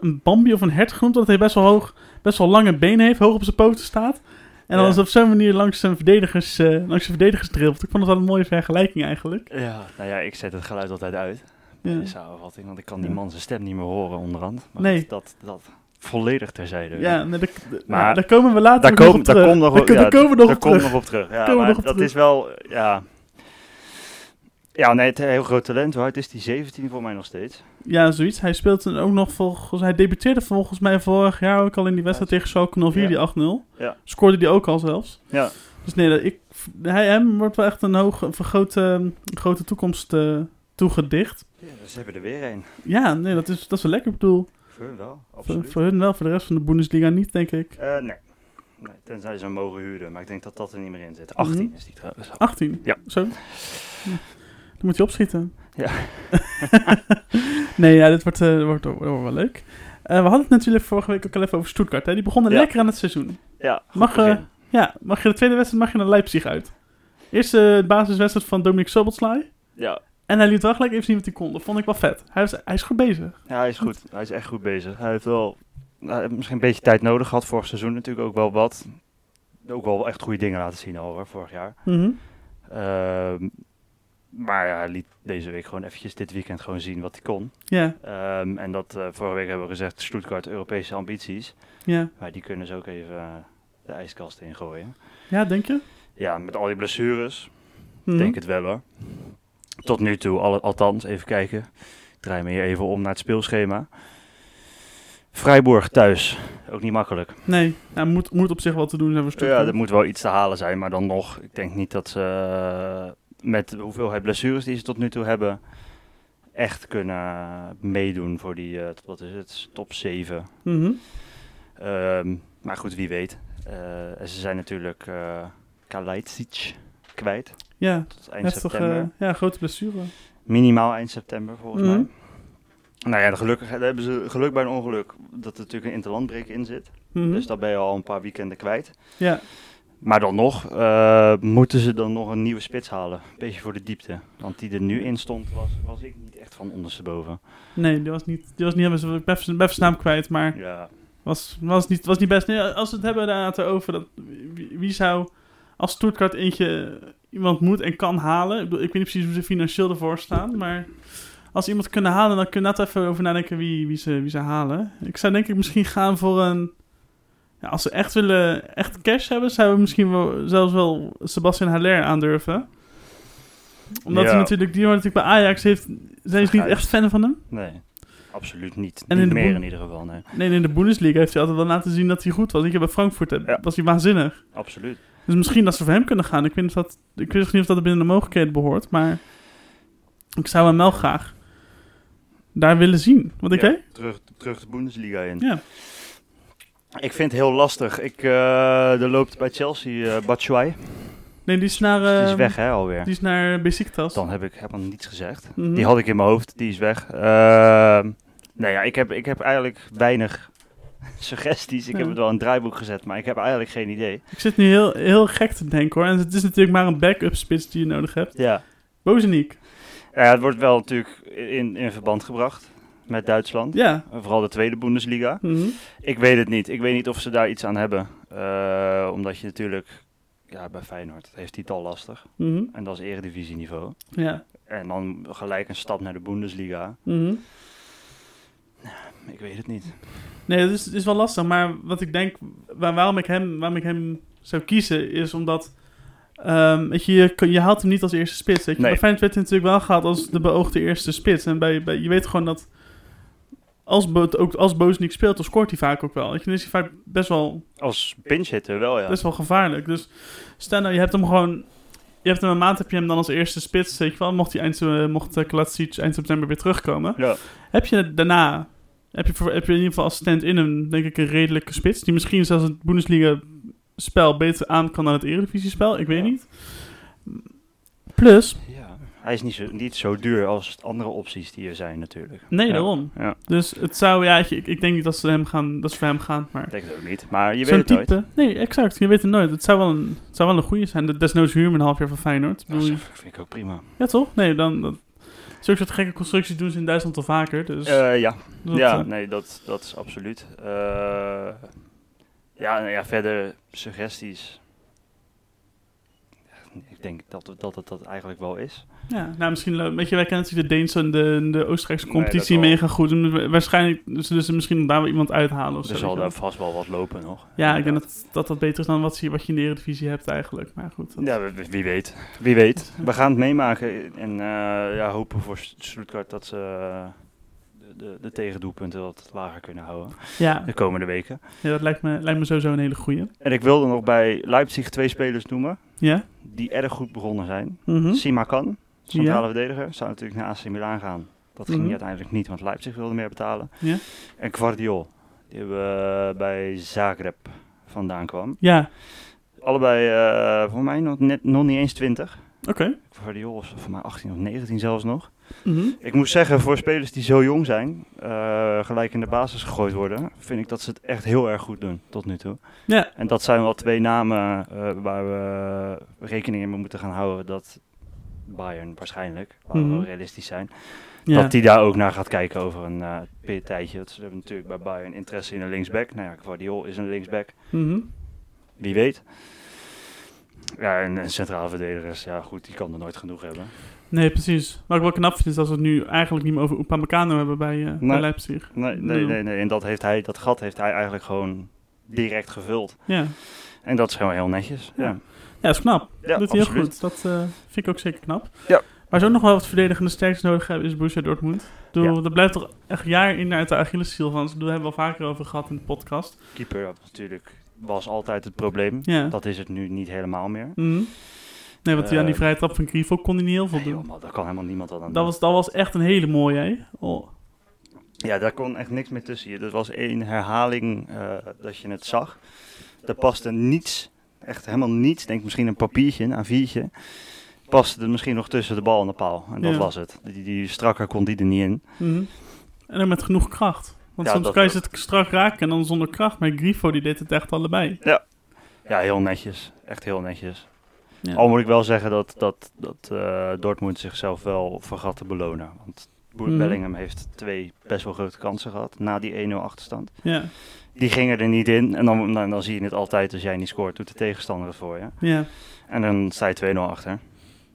[SPEAKER 1] een Bambi of een hert genoemd. Omdat hij best wel hoog, best wel lange benen heeft, hoog op zijn poten staat. En
[SPEAKER 2] Ja.
[SPEAKER 1] dan was op zo'n manier langs zijn verdedigers, eh, langs zijn verdedigers dribbelt. Ik vond het wel een mooie vergelijking eigenlijk.
[SPEAKER 2] Ja, nou ja, ik zet het geluid altijd uit.
[SPEAKER 1] Ja.
[SPEAKER 2] In de samenvatting, want ik kan die man zijn stem niet meer horen onderhand. Maar
[SPEAKER 1] Nee.
[SPEAKER 2] goed, dat, dat volledig terzijde.
[SPEAKER 1] Ja, nee, dat- dat-
[SPEAKER 2] Maar-
[SPEAKER 1] nou, daar komen we later
[SPEAKER 2] Daar,
[SPEAKER 1] nog
[SPEAKER 2] kom,
[SPEAKER 1] op
[SPEAKER 2] daar,
[SPEAKER 1] terug.
[SPEAKER 2] komt nog,
[SPEAKER 1] Daar-
[SPEAKER 2] ja,
[SPEAKER 1] daar komen we nog
[SPEAKER 2] daar
[SPEAKER 1] op
[SPEAKER 2] komt
[SPEAKER 1] terug.
[SPEAKER 2] nog op terug. Ja,
[SPEAKER 1] Komen we
[SPEAKER 2] maar
[SPEAKER 1] nog op
[SPEAKER 2] dat
[SPEAKER 1] terug.
[SPEAKER 2] is wel, ja... Ja, nee, het is een heel groot talent. Hoe hard is die? 17 voor mij nog steeds.
[SPEAKER 1] Ja, zoiets. Hij speelt toen ook nog volgens... Hij debuteerde volgens mij vorig jaar ook al in die wedstrijd tegen Schalke 04,
[SPEAKER 2] Ja.
[SPEAKER 1] die 8-0.
[SPEAKER 2] Ja.
[SPEAKER 1] Scoorde die ook al zelfs.
[SPEAKER 2] Ja.
[SPEAKER 1] Dus nee, dat- ik, hij, hem wordt wel echt een, hoog, een grote, een grote toekomst eh, toegedicht.
[SPEAKER 2] dus ze hebben er weer een.
[SPEAKER 1] Ja, nee, dat is, dat is wel lekker. Ik bedoel,
[SPEAKER 2] Voor wel,
[SPEAKER 1] voor,
[SPEAKER 2] absoluut.
[SPEAKER 1] voor hun wel, voor de rest van de Bundesliga niet, denk ik.
[SPEAKER 2] Eh, nee. nee. Tenzij ze hem mogen huren, maar ik denk dat dat er niet meer in zit. 18
[SPEAKER 1] Mhm.
[SPEAKER 2] is die trouwens.
[SPEAKER 1] 18?
[SPEAKER 2] Ja.
[SPEAKER 1] Zo? Ja. Dan moet je opschieten.
[SPEAKER 2] Ja.
[SPEAKER 1] <laughs> nee, ja, dit wordt, eh, wordt, wordt wel leuk. Eh, we hadden het natuurlijk vorige week ook al even over Stuttgart. Hè? Die begonnen
[SPEAKER 2] Ja.
[SPEAKER 1] lekker aan het seizoen.
[SPEAKER 2] Ja, goed
[SPEAKER 1] Mag, eh,
[SPEAKER 2] begin.
[SPEAKER 1] Ja, mag je de tweede wedstrijd mag je naar Leipzig uit. Eerst eh, de basiswedstrijd van Dominic Sobotslaai.
[SPEAKER 2] ja.
[SPEAKER 1] En hij liet wel gelijk even zien wat hij kon. Dat vond ik wel vet. Hij, was, hij is goed bezig.
[SPEAKER 2] ja, hij is goed. Hij is echt goed bezig. Hij heeft wel hij heeft misschien een beetje tijd nodig gehad. Vorig seizoen natuurlijk ook wel wat. Ook wel echt goede dingen laten zien al hoor, vorig jaar. Ehm, maar ja, hij liet deze week gewoon eventjes dit weekend gewoon zien wat hij kon.
[SPEAKER 1] Ja,
[SPEAKER 2] Ehm, en dat eh, vorige week hebben we gezegd, Stuttgart Europese ambities.
[SPEAKER 1] ja.
[SPEAKER 2] Maar die kunnen ze ook even eh, de ijskast ingooien.
[SPEAKER 1] Ja, denk je?
[SPEAKER 2] Ja, met al die blessures.
[SPEAKER 1] Mhm.
[SPEAKER 2] Denk het wel hoor. Tot nu toe, al, althans, even kijken. Ik draai me hier even om naar het speelschema. Vrijburg thuis, ook niet makkelijk.
[SPEAKER 1] Nee, nou, moet, moet op zich wel te doen zijn voor Stuttgart.
[SPEAKER 2] Ja, er moet wel iets te halen zijn, maar dan nog. Ik denk niet dat ze eh, met de hoeveelheid blessures die ze tot nu toe hebben, echt kunnen meedoen voor die, eh, wat is het, top 7.
[SPEAKER 1] Mhm.
[SPEAKER 2] Ehm, maar goed, wie weet. Eh, en ze zijn natuurlijk eh Kalajdzic kwijt
[SPEAKER 1] Ja,
[SPEAKER 2] tot eind
[SPEAKER 1] heftig. eh,
[SPEAKER 2] september.
[SPEAKER 1] ja, grote blessure.
[SPEAKER 2] Minimaal eind september volgens
[SPEAKER 1] Mhm.
[SPEAKER 2] mij. Nou ja, gelukkig daar hebben ze geluk bij een ongeluk dat er natuurlijk een interlandbreek in zit.
[SPEAKER 1] Mhm.
[SPEAKER 2] Dus daar ben je al een paar weekenden kwijt.
[SPEAKER 1] Ja,
[SPEAKER 2] Maar dan nog, eh, moeten ze dan nog een nieuwe spits halen. Een beetje voor de diepte. Want die er nu in stond, was, was ik niet echt van ondersteboven.
[SPEAKER 1] nee, die was niet, die was niet hebben ze Beff's Beff's naam kwijt, maar
[SPEAKER 2] Ja,
[SPEAKER 1] was, was, niet, was niet best. Nee, als we het hebben inderdaad over dat wie, wie zou als Stuttgart eentje iemand moet en kan halen. Ik, bedoel, ik weet niet precies hoe ze financieel ervoor staan, maar als ze iemand kunnen halen, dan kun je net even over nadenken wie, wie, ze, wie ze halen. Ik zou denk ik misschien gaan voor een. Ja, als ze echt willen, echt cash hebben, zouden we misschien wel, zelfs wel Sebastian Haller aandurven. Omdat
[SPEAKER 2] Ja.
[SPEAKER 1] hij natuurlijk, die hoort natuurlijk bij Ajax, heeft, zijn ze niet echt fan van hem.
[SPEAKER 2] nee. Absoluut niet.
[SPEAKER 1] En
[SPEAKER 2] niet
[SPEAKER 1] in de
[SPEAKER 2] meer
[SPEAKER 1] boel-
[SPEAKER 2] in ieder geval, nee.
[SPEAKER 1] Nee, in de Bundesliga heeft hij altijd wel laten zien dat hij goed was. Ik heb bij Frankfurt heb-
[SPEAKER 2] Ja.
[SPEAKER 1] was hij waanzinnig.
[SPEAKER 2] Absoluut.
[SPEAKER 1] Dus misschien dat ze voor hem kunnen gaan. Ik weet, niet of dat, ik weet nog niet of dat binnen de mogelijkheden behoort, maar ik zou hem wel graag daar willen zien. Wat ik
[SPEAKER 2] Ja,
[SPEAKER 1] weet?
[SPEAKER 2] terug, terug de Bundesliga in.
[SPEAKER 1] Ja.
[SPEAKER 2] Ik vind het heel lastig. Ik, eh, er loopt bij Chelsea eh Batshuayi.
[SPEAKER 1] Nee, die is naar, eh,
[SPEAKER 2] die is weg hè, alweer.
[SPEAKER 1] Ehm, Die is naar Besiktas.
[SPEAKER 2] Dan heb ik helemaal niets gezegd.
[SPEAKER 1] Mhm.
[SPEAKER 2] Die had ik in mijn hoofd, die is weg. Ehm nou ja, ik heb, ik heb eigenlijk weinig <laughs> suggesties. Ik
[SPEAKER 1] Ja.
[SPEAKER 2] heb het wel in het draaiboek gezet, maar ik heb eigenlijk geen idee.
[SPEAKER 1] Ik zit nu heel, heel gek te denken hoor. En het is natuurlijk maar een backup spits die je nodig hebt.
[SPEAKER 2] Ja.
[SPEAKER 1] Bozeniek.
[SPEAKER 2] ja het wordt wel natuurlijk in, in verband gebracht met Duitsland.
[SPEAKER 1] Ja.
[SPEAKER 2] En Vooral de tweede Bundesliga.
[SPEAKER 1] Mhm.
[SPEAKER 2] Ik weet het niet. Ik weet niet of ze daar iets aan hebben. Eh, omdat je natuurlijk... Ja, bij Feyenoord heeft hij het al lastig.
[SPEAKER 1] Mhm.
[SPEAKER 2] En dat is eredivisieniveau.
[SPEAKER 1] Ja.
[SPEAKER 2] En dan gelijk een stap naar de Bundesliga.
[SPEAKER 1] Mhm.
[SPEAKER 2] Ik weet het niet.
[SPEAKER 1] Nee, het is, het is wel lastig. Maar wat ik denk, waar- waarom, ik hem, waarom ik hem zou kiezen, is omdat... ehm, weet je, je, kan- je haalt hem niet als eerste spits. Weet je?
[SPEAKER 2] Nee.
[SPEAKER 1] Bij Feyenoord werd hij natuurlijk wel gehaald als de beoogde eerste spits. En bij, bij, je weet gewoon dat als, Bo, ook als Bozeniek speelt, dan scoort hij vaak ook wel. Weet je? Dan is hij vaak best wel,
[SPEAKER 2] Als pinchhitter wel, ja.
[SPEAKER 1] best wel gevaarlijk. Dus stel nou, je hebt hem gewoon... Je hebt hem een maand, heb je hem dan als eerste spits. Weet je wel, mocht, hij eind, eh, mocht eh, Klatsic eind september weer terugkomen.
[SPEAKER 2] ja.
[SPEAKER 1] Heb je daarna, heb je, voor- heb je in ieder geval als stand-in een, denk ik, een redelijke spits. Die misschien zelfs het Bundesliga-spel beter aan kan dan het Eredivisie-spel. Ik weet
[SPEAKER 2] Ja.
[SPEAKER 1] niet. Plus,
[SPEAKER 2] Ja, hij is niet zo, niet zo duur als andere opties die er zijn natuurlijk.
[SPEAKER 1] nee,
[SPEAKER 2] Ja.
[SPEAKER 1] daarom.
[SPEAKER 2] Ja.
[SPEAKER 1] Dus het zou, ja, ik, ik denk niet dat ze, hem gaan, dat ze voor hem gaan, maar...
[SPEAKER 2] Ik denk het ook niet, maar je weet
[SPEAKER 1] Zo'n
[SPEAKER 2] het nooit.
[SPEAKER 1] type. Nee, exact. Je weet het nooit. Het zou wel een, het zou wel een goede zijn. Desnoods huur hem een half jaar van Feyenoord. Ik
[SPEAKER 2] Dat
[SPEAKER 1] bedoel,
[SPEAKER 2] vind ik ook prima.
[SPEAKER 1] ja, toch? Nee, dan... dan Zulke soort gekke constructies doen ze in Duitsland al vaker. Dus
[SPEAKER 2] Eh, ja,
[SPEAKER 1] dat,
[SPEAKER 2] ja
[SPEAKER 1] eh,
[SPEAKER 2] nee, dat, dat is absoluut. Eh, Ja, nou ja, verder suggesties. Ik denk dat dat, dat dat eigenlijk wel is.
[SPEAKER 1] Ja, nou misschien, lo- weet je, wij kennen natuurlijk de Deense en de, en de Oostenrijkse
[SPEAKER 2] Nee, dat
[SPEAKER 1] competitie
[SPEAKER 2] wel.
[SPEAKER 1] mega goed. En wa- waarschijnlijk dus, dus misschien daar wel iemand uithalen of zo.
[SPEAKER 2] er
[SPEAKER 1] weet
[SPEAKER 2] zal
[SPEAKER 1] je
[SPEAKER 2] Dus daar
[SPEAKER 1] wel.
[SPEAKER 2] vast wel wat lopen nog.
[SPEAKER 1] Ja, ik denk dat, dat dat beter is dan wat je, wat je in de Eredivisie hebt eigenlijk. Maar goed. dat- eh,
[SPEAKER 2] Ja, wie- wie weet. Wie weet. We gaan het meemaken en eh, ja, hopen voor Stuttgart dat ze eh, de, de, de tegendoelpunten wat lager kunnen houden
[SPEAKER 1] ja,
[SPEAKER 2] de komende weken.
[SPEAKER 1] ja, dat lijkt me, lijkt me sowieso een hele goeie.
[SPEAKER 2] En ik wilde nog bij Leipzig twee spelers noemen
[SPEAKER 1] Ja?
[SPEAKER 2] die erg goed begonnen zijn.
[SPEAKER 1] Mhm.
[SPEAKER 2] Sima Kan, centrale verdediger, zou natuurlijk naar AC Milan gaan. Dat ging
[SPEAKER 1] Mhm.
[SPEAKER 2] uiteindelijk niet, want Leipzig wilde meer betalen.
[SPEAKER 1] Ja.
[SPEAKER 2] En Guardiol, die hebben we bij Zagreb vandaan kwam.
[SPEAKER 1] Ja,
[SPEAKER 2] Allebei, eh voor mij nog, net, nog niet eens 20.
[SPEAKER 1] oké.
[SPEAKER 2] Guardiol was voor mij 18 of 19 zelfs nog.
[SPEAKER 1] Mhm.
[SPEAKER 2] Ik moet zeggen, voor spelers die zo jong zijn, eh, gelijk in de basis gegooid worden, vind ik dat ze het echt heel erg goed doen tot nu toe.
[SPEAKER 1] Ja.
[SPEAKER 2] En dat zijn wel twee namen eh, waar we rekening in moeten gaan houden dat Bayern waarschijnlijk, laten we
[SPEAKER 1] Mhm.
[SPEAKER 2] wel realistisch zijn,
[SPEAKER 1] Ja.
[SPEAKER 2] dat die daar ook naar gaat kijken over een eh, pe- tijdje. Want ze hebben natuurlijk bij Bayern interesse in een linksback. Nou ja, Guardiol is een linksback,
[SPEAKER 1] Mhm.
[SPEAKER 2] wie weet. Ja, en een centrale verdediger is, ja goed, die kan er nooit genoeg hebben.
[SPEAKER 1] Nee, precies. Wat ik wel knap vind is dat we het nu eigenlijk niet meer over Upamecano hebben bij, eh, bij
[SPEAKER 2] Nee.
[SPEAKER 1] Leipzig.
[SPEAKER 2] Nee, nee,
[SPEAKER 1] bedoel-
[SPEAKER 2] nee, nee. En dat, heeft hij, dat gat heeft hij eigenlijk gewoon direct gevuld.
[SPEAKER 1] Ja,
[SPEAKER 2] En dat is gewoon heel netjes. Ja,
[SPEAKER 1] Ja. ja dat is knap.
[SPEAKER 2] ja
[SPEAKER 1] dat doet hij heel goed. Dat eh, vind ik ook zeker knap.
[SPEAKER 2] Ja.
[SPEAKER 1] Maar ze ook nog wel wat verdedigende sterktes nodig hebben is Borussia Dortmund. Ik bedoel,
[SPEAKER 2] Ja.
[SPEAKER 1] Dat blijft toch echt jaar in uit de Achillesziel van. ze. Daar hebben we al vaker over gehad in de podcast.
[SPEAKER 2] Keeper dat natuurlijk was altijd het probleem.
[SPEAKER 1] Ja.
[SPEAKER 2] Dat is het nu niet helemaal meer.
[SPEAKER 1] Mhm. Nee, want die aan die
[SPEAKER 2] Eh,
[SPEAKER 1] vrije trap van Grifo kon hij niet heel veel
[SPEAKER 2] Nee,
[SPEAKER 1] doen.
[SPEAKER 2] joh, maar daar kan helemaal niemand wat aan
[SPEAKER 1] dat,
[SPEAKER 2] doen.
[SPEAKER 1] was, dat was echt een hele mooie, hè? Oh.
[SPEAKER 2] Ja, daar kon echt niks meer tussen je. Er was één herhaling eh, dat je het zag. Er paste niets, echt helemaal niets. Denk misschien een papiertje, een A4'tje. Paste er misschien nog tussen de bal en de paal. En dat
[SPEAKER 1] Ja.
[SPEAKER 2] was het. Die, die strakker kon die er niet in.
[SPEAKER 1] Mhm. En ook met genoeg kracht. Want
[SPEAKER 2] Ja,
[SPEAKER 1] soms
[SPEAKER 2] dat
[SPEAKER 1] kan je
[SPEAKER 2] ook.
[SPEAKER 1] ze strak raken en dan zonder kracht. Maar Grifo die deed het echt allebei.
[SPEAKER 2] Ja, heel netjes. Echt heel netjes.
[SPEAKER 1] Ja.
[SPEAKER 2] Al moet ik wel zeggen dat, dat, dat eh, Dortmund zichzelf wel vergat te belonen. Want Boer
[SPEAKER 1] Mhm.
[SPEAKER 2] Bellingham heeft twee best wel grote kansen gehad na die 1-0 achterstand.
[SPEAKER 1] Ja,
[SPEAKER 2] Die gingen er niet in. En dan, dan, dan zie je het altijd als jij niet scoort, doet de tegenstander het voor je.
[SPEAKER 1] ja.
[SPEAKER 2] En dan sta je 2-0 achter.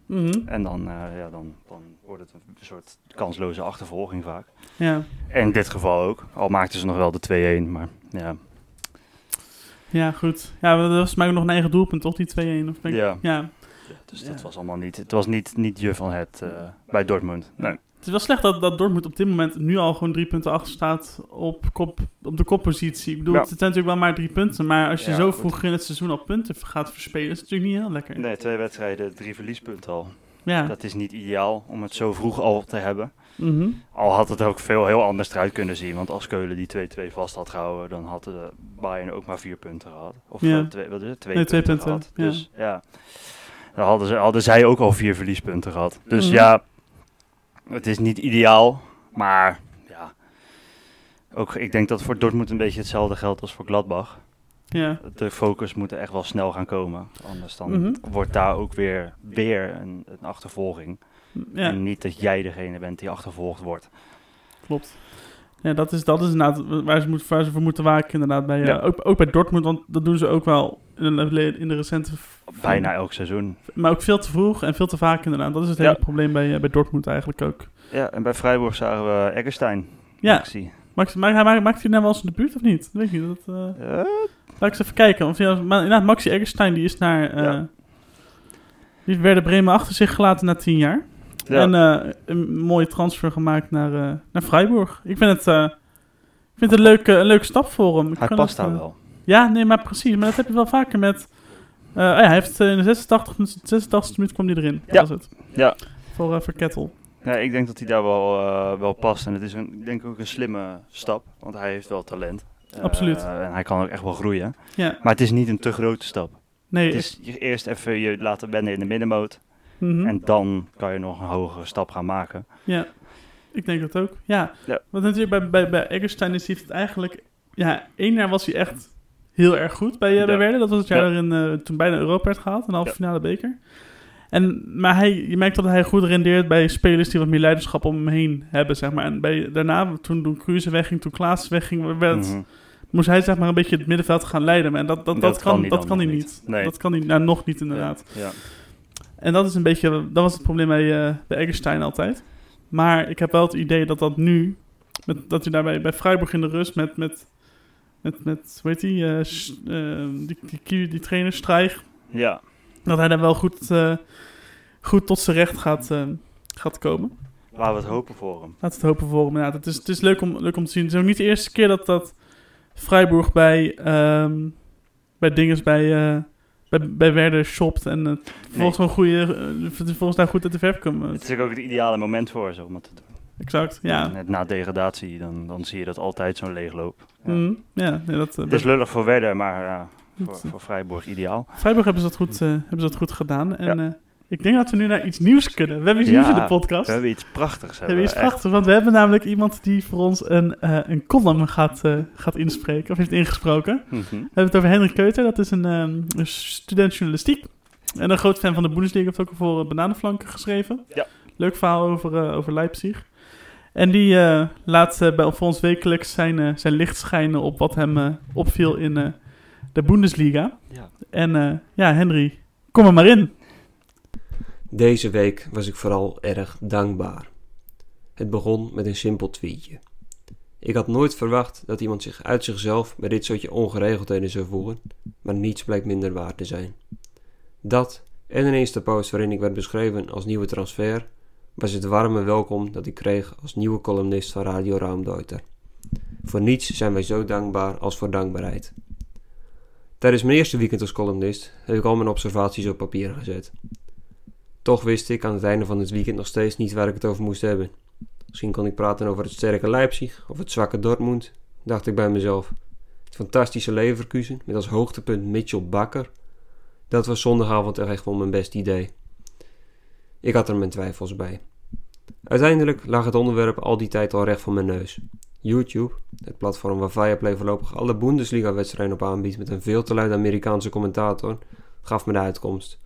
[SPEAKER 1] Mhm.
[SPEAKER 2] En dan, eh, ja, dan, dan wordt het een soort kansloze achtervolging vaak.
[SPEAKER 1] Ja,
[SPEAKER 2] En in dit geval ook. Al maakten ze nog wel de 2-1. Maar ja,
[SPEAKER 1] ja goed. Ja, maar dat was mij ook nog een eigen doelpunt, toch? Die 2-1. Of ben ik-
[SPEAKER 2] Ja.
[SPEAKER 1] ja.
[SPEAKER 2] dus
[SPEAKER 1] Ja.
[SPEAKER 2] dat was allemaal niet. Het was niet, niet je van het eh, bij Dortmund. Nee.
[SPEAKER 1] Het is wel slecht dat, dat Dortmund op dit moment nu al gewoon drie punten achter staat op, kop, op de koppositie. Ik bedoel,
[SPEAKER 2] Ja.
[SPEAKER 1] het zijn natuurlijk wel maar drie punten. Maar als je
[SPEAKER 2] Ja,
[SPEAKER 1] zo
[SPEAKER 2] goed.
[SPEAKER 1] vroeg in het seizoen al punten gaat verspelen, is het natuurlijk niet heel lekker.
[SPEAKER 2] nee, twee wedstrijden, drie verliespunten al.
[SPEAKER 1] Ja.
[SPEAKER 2] Dat is niet ideaal om het zo vroeg al te hebben.
[SPEAKER 1] Mhm.
[SPEAKER 2] Al had het ook veel heel anders eruit kunnen zien. Want als Keulen die 2-2 vast had gehouden, dan had eh, Bayern ook maar vier punten gehad. Of
[SPEAKER 1] Ja.
[SPEAKER 2] eh, twee, wat is het? Twee
[SPEAKER 1] Nee, twee
[SPEAKER 2] punten,
[SPEAKER 1] punten,
[SPEAKER 2] gehad.
[SPEAKER 1] ja.
[SPEAKER 2] Dus ja, dan hadden, ze, hadden zij ook al vier verliespunten gehad. Dus
[SPEAKER 1] Mhm.
[SPEAKER 2] ja, het is niet ideaal. Maar ja, ook, ik denk dat voor Dortmund een beetje hetzelfde geldt als voor Gladbach.
[SPEAKER 1] Ja.
[SPEAKER 2] De focus moet er echt wel snel gaan komen. Anders dan
[SPEAKER 1] Mhm.
[SPEAKER 2] wordt daar ook weer, weer een, een achtervolging.
[SPEAKER 1] ja.
[SPEAKER 2] En niet dat jij degene bent die achtervolgd wordt.
[SPEAKER 1] Klopt. Ja, dat is, dat is inderdaad waar ze, moet, waar ze voor moeten waken, inderdaad. Bij, eh,
[SPEAKER 2] Ja.
[SPEAKER 1] ook, ook bij Dortmund, want dat doen ze ook wel in de, in de recente...
[SPEAKER 2] Bijna elk seizoen.
[SPEAKER 1] Maar ook veel te vroeg en veel te vaak, inderdaad. Dat is het
[SPEAKER 2] Ja.
[SPEAKER 1] hele probleem bij, eh, bij Dortmund eigenlijk ook.
[SPEAKER 2] Ja, en bij Freiburg zagen we Eggestein.
[SPEAKER 1] Ja.
[SPEAKER 2] Actie.
[SPEAKER 1] Maakt, maakt, maakt, maakt hij nou wel eens in de buurt of niet? Dat weet ik niet. Dat, eh, laat
[SPEAKER 2] Eh,
[SPEAKER 1] ik eens even kijken. Of, ja, maar inderdaad, Maxi Eggerstein die is naar... eh
[SPEAKER 2] Ja.
[SPEAKER 1] Die werden Bremen achter zich gelaten na tien jaar.
[SPEAKER 2] ja.
[SPEAKER 1] En eh, een mooie transfer gemaakt naar, eh, naar Freiburg. Ik vind het, eh, ik vind het een, leuke, een leuke stap voor hem. Ik
[SPEAKER 2] hij
[SPEAKER 1] kan
[SPEAKER 2] past
[SPEAKER 1] het,
[SPEAKER 2] daar
[SPEAKER 1] eh,
[SPEAKER 2] wel.
[SPEAKER 1] Ja, nee, maar precies. Maar dat heb je wel vaker met... eh, oh ja, hij heeft eh, in de 86, minuut- 86 minuut kwam hij erin.
[SPEAKER 2] Ja.
[SPEAKER 1] Dat was het.
[SPEAKER 2] Ja.
[SPEAKER 1] Voor, eh, voor Kettel.
[SPEAKER 2] Ja, ik denk dat hij daar wel, eh, wel past. En het is een, ik denk ook een slimme stap. Want hij heeft wel talent. Eh,
[SPEAKER 1] Absoluut.
[SPEAKER 2] En hij kan ook echt wel groeien.
[SPEAKER 1] Ja.
[SPEAKER 2] Maar het is niet een te grote stap.
[SPEAKER 1] Nee,
[SPEAKER 2] Het is je eerst even je laten wennen in de middenmoot.
[SPEAKER 1] mhm.
[SPEAKER 2] En dan kan je nog een hogere stap gaan maken.
[SPEAKER 1] Ja, ik denk dat ook. Ja,
[SPEAKER 2] Ja.
[SPEAKER 1] want natuurlijk bij, bij, bij Eggerstein is hij het eigenlijk... Ja, één jaar was hij echt heel erg goed bij, eh bij
[SPEAKER 2] Ja.
[SPEAKER 1] Werder. Dat was het jaar
[SPEAKER 2] Ja.
[SPEAKER 1] waarin eh, toen bijna Europa werd gehaald. Een halve
[SPEAKER 2] Ja.
[SPEAKER 1] finale beker. En, maar hij, je merkt dat hij goed rendeert bij spelers die wat meer leiderschap om hem heen hebben, zeg maar. En bij, daarna, toen, toen Kruse wegging, toen Klaas wegging, werd het
[SPEAKER 2] Mhm.
[SPEAKER 1] moest hij zeg maar een beetje het middenveld gaan leiden. Maar dat, dat, dat, kan,
[SPEAKER 2] hij
[SPEAKER 1] dat
[SPEAKER 2] dan
[SPEAKER 1] kan hij
[SPEAKER 2] nog
[SPEAKER 1] niet.
[SPEAKER 2] Nee.
[SPEAKER 1] Dat kan hij nou, nog niet inderdaad.
[SPEAKER 2] Ja.
[SPEAKER 1] En dat is een beetje, dat was het probleem bij eh, bij Eggestein altijd. Maar ik heb wel het idee dat dat nu, met, dat hij daarbij bij Freiburg in de rust met, met, met, met hoe heet die, eh, s- eh, die, die, die, die trainer Strijg,
[SPEAKER 2] ja.
[SPEAKER 1] dat hij daar wel goed, eh, goed tot zijn recht gaat, eh, gaat komen.
[SPEAKER 2] Waar we het hopen voor hem.
[SPEAKER 1] Laten we het hopen voor hem. Ja, het is, het is leuk, om, leuk om te zien. Het is ook niet de eerste keer dat, dat Freiburg bij, ehm, bij dinges bij, eh, bij, bij Werder shopt en eh, volgens, een goede, eh, volgens daar goed uit de verf komt. eh,
[SPEAKER 2] Het is ook het ideale moment voor ze om het te doen.
[SPEAKER 1] Exact, ja.
[SPEAKER 2] Net na degradatie, dan, dan zie je dat altijd zo'n leegloop. Ja.
[SPEAKER 1] Mhm, ja, nee, dat, eh,
[SPEAKER 2] Het is lullig voor Werder, maar ja, voor,
[SPEAKER 1] dat, eh,
[SPEAKER 2] voor Freiburg ideaal.
[SPEAKER 1] Freiburg hebben ze dat goed, eh, hebben ze dat goed gedaan. En eh, ik denk dat we nu naar iets nieuws kunnen. We hebben iets
[SPEAKER 2] Ja,
[SPEAKER 1] nieuws in de podcast.
[SPEAKER 2] We
[SPEAKER 1] We
[SPEAKER 2] hebben iets prachtigs. Hebben
[SPEAKER 1] hebben iets
[SPEAKER 2] we echt.
[SPEAKER 1] prachtigs, want we hebben namelijk iemand die voor ons een, eh, een column gaat, eh, gaat inspreken, of heeft ingesproken.
[SPEAKER 2] Mhm.
[SPEAKER 1] We hebben het over Henrik Keuter, dat is een, ehm, een student journalistiek. En een groot fan van de Bundesliga, heeft ook al voor eh, Bananenflanken geschreven.
[SPEAKER 2] Ja.
[SPEAKER 1] Leuk verhaal over, eh, over Leipzig. En die eh, laat eh, bij voor ons wekelijks zijn, eh, zijn licht schijnen op wat hem eh, opviel in eh, de Bundesliga.
[SPEAKER 2] Ja.
[SPEAKER 1] En eh, ja, Henry, kom er maar in.
[SPEAKER 6] Deze week was ik vooral erg dankbaar. Het begon met een simpel tweetje. Ik had nooit verwacht dat iemand zich uit zichzelf met dit soortje ongeregeldheden zou voeren, maar niets blijkt minder waar te zijn. Dat en ineens de post waarin ik werd beschreven als nieuwe transfer was het warme welkom dat ik kreeg als nieuwe columnist van Radio Raamdeuter. Voor niets zijn wij zo dankbaar als voor dankbaarheid. Tijdens mijn eerste weekend als columnist heb ik al mijn observaties op papier gezet. Toch wist ik aan het einde van het weekend nog steeds niet waar ik het over moest hebben. Misschien kon ik praten over het sterke Leipzig of het zwakke Dortmund, dacht ik bij mezelf. Het fantastische Leverkusen met als hoogtepunt Mitchell Bakker. Dat was zondagavond echt wel mijn beste idee. Ik had er mijn twijfels bij. Uiteindelijk lag het onderwerp al die tijd al recht voor mijn neus. YouTube, het platform waar Viaplay voorlopig alle Bundesliga-wedstrijden op aanbiedt met een veel te luide Amerikaanse commentator, gaf me de uitkomst.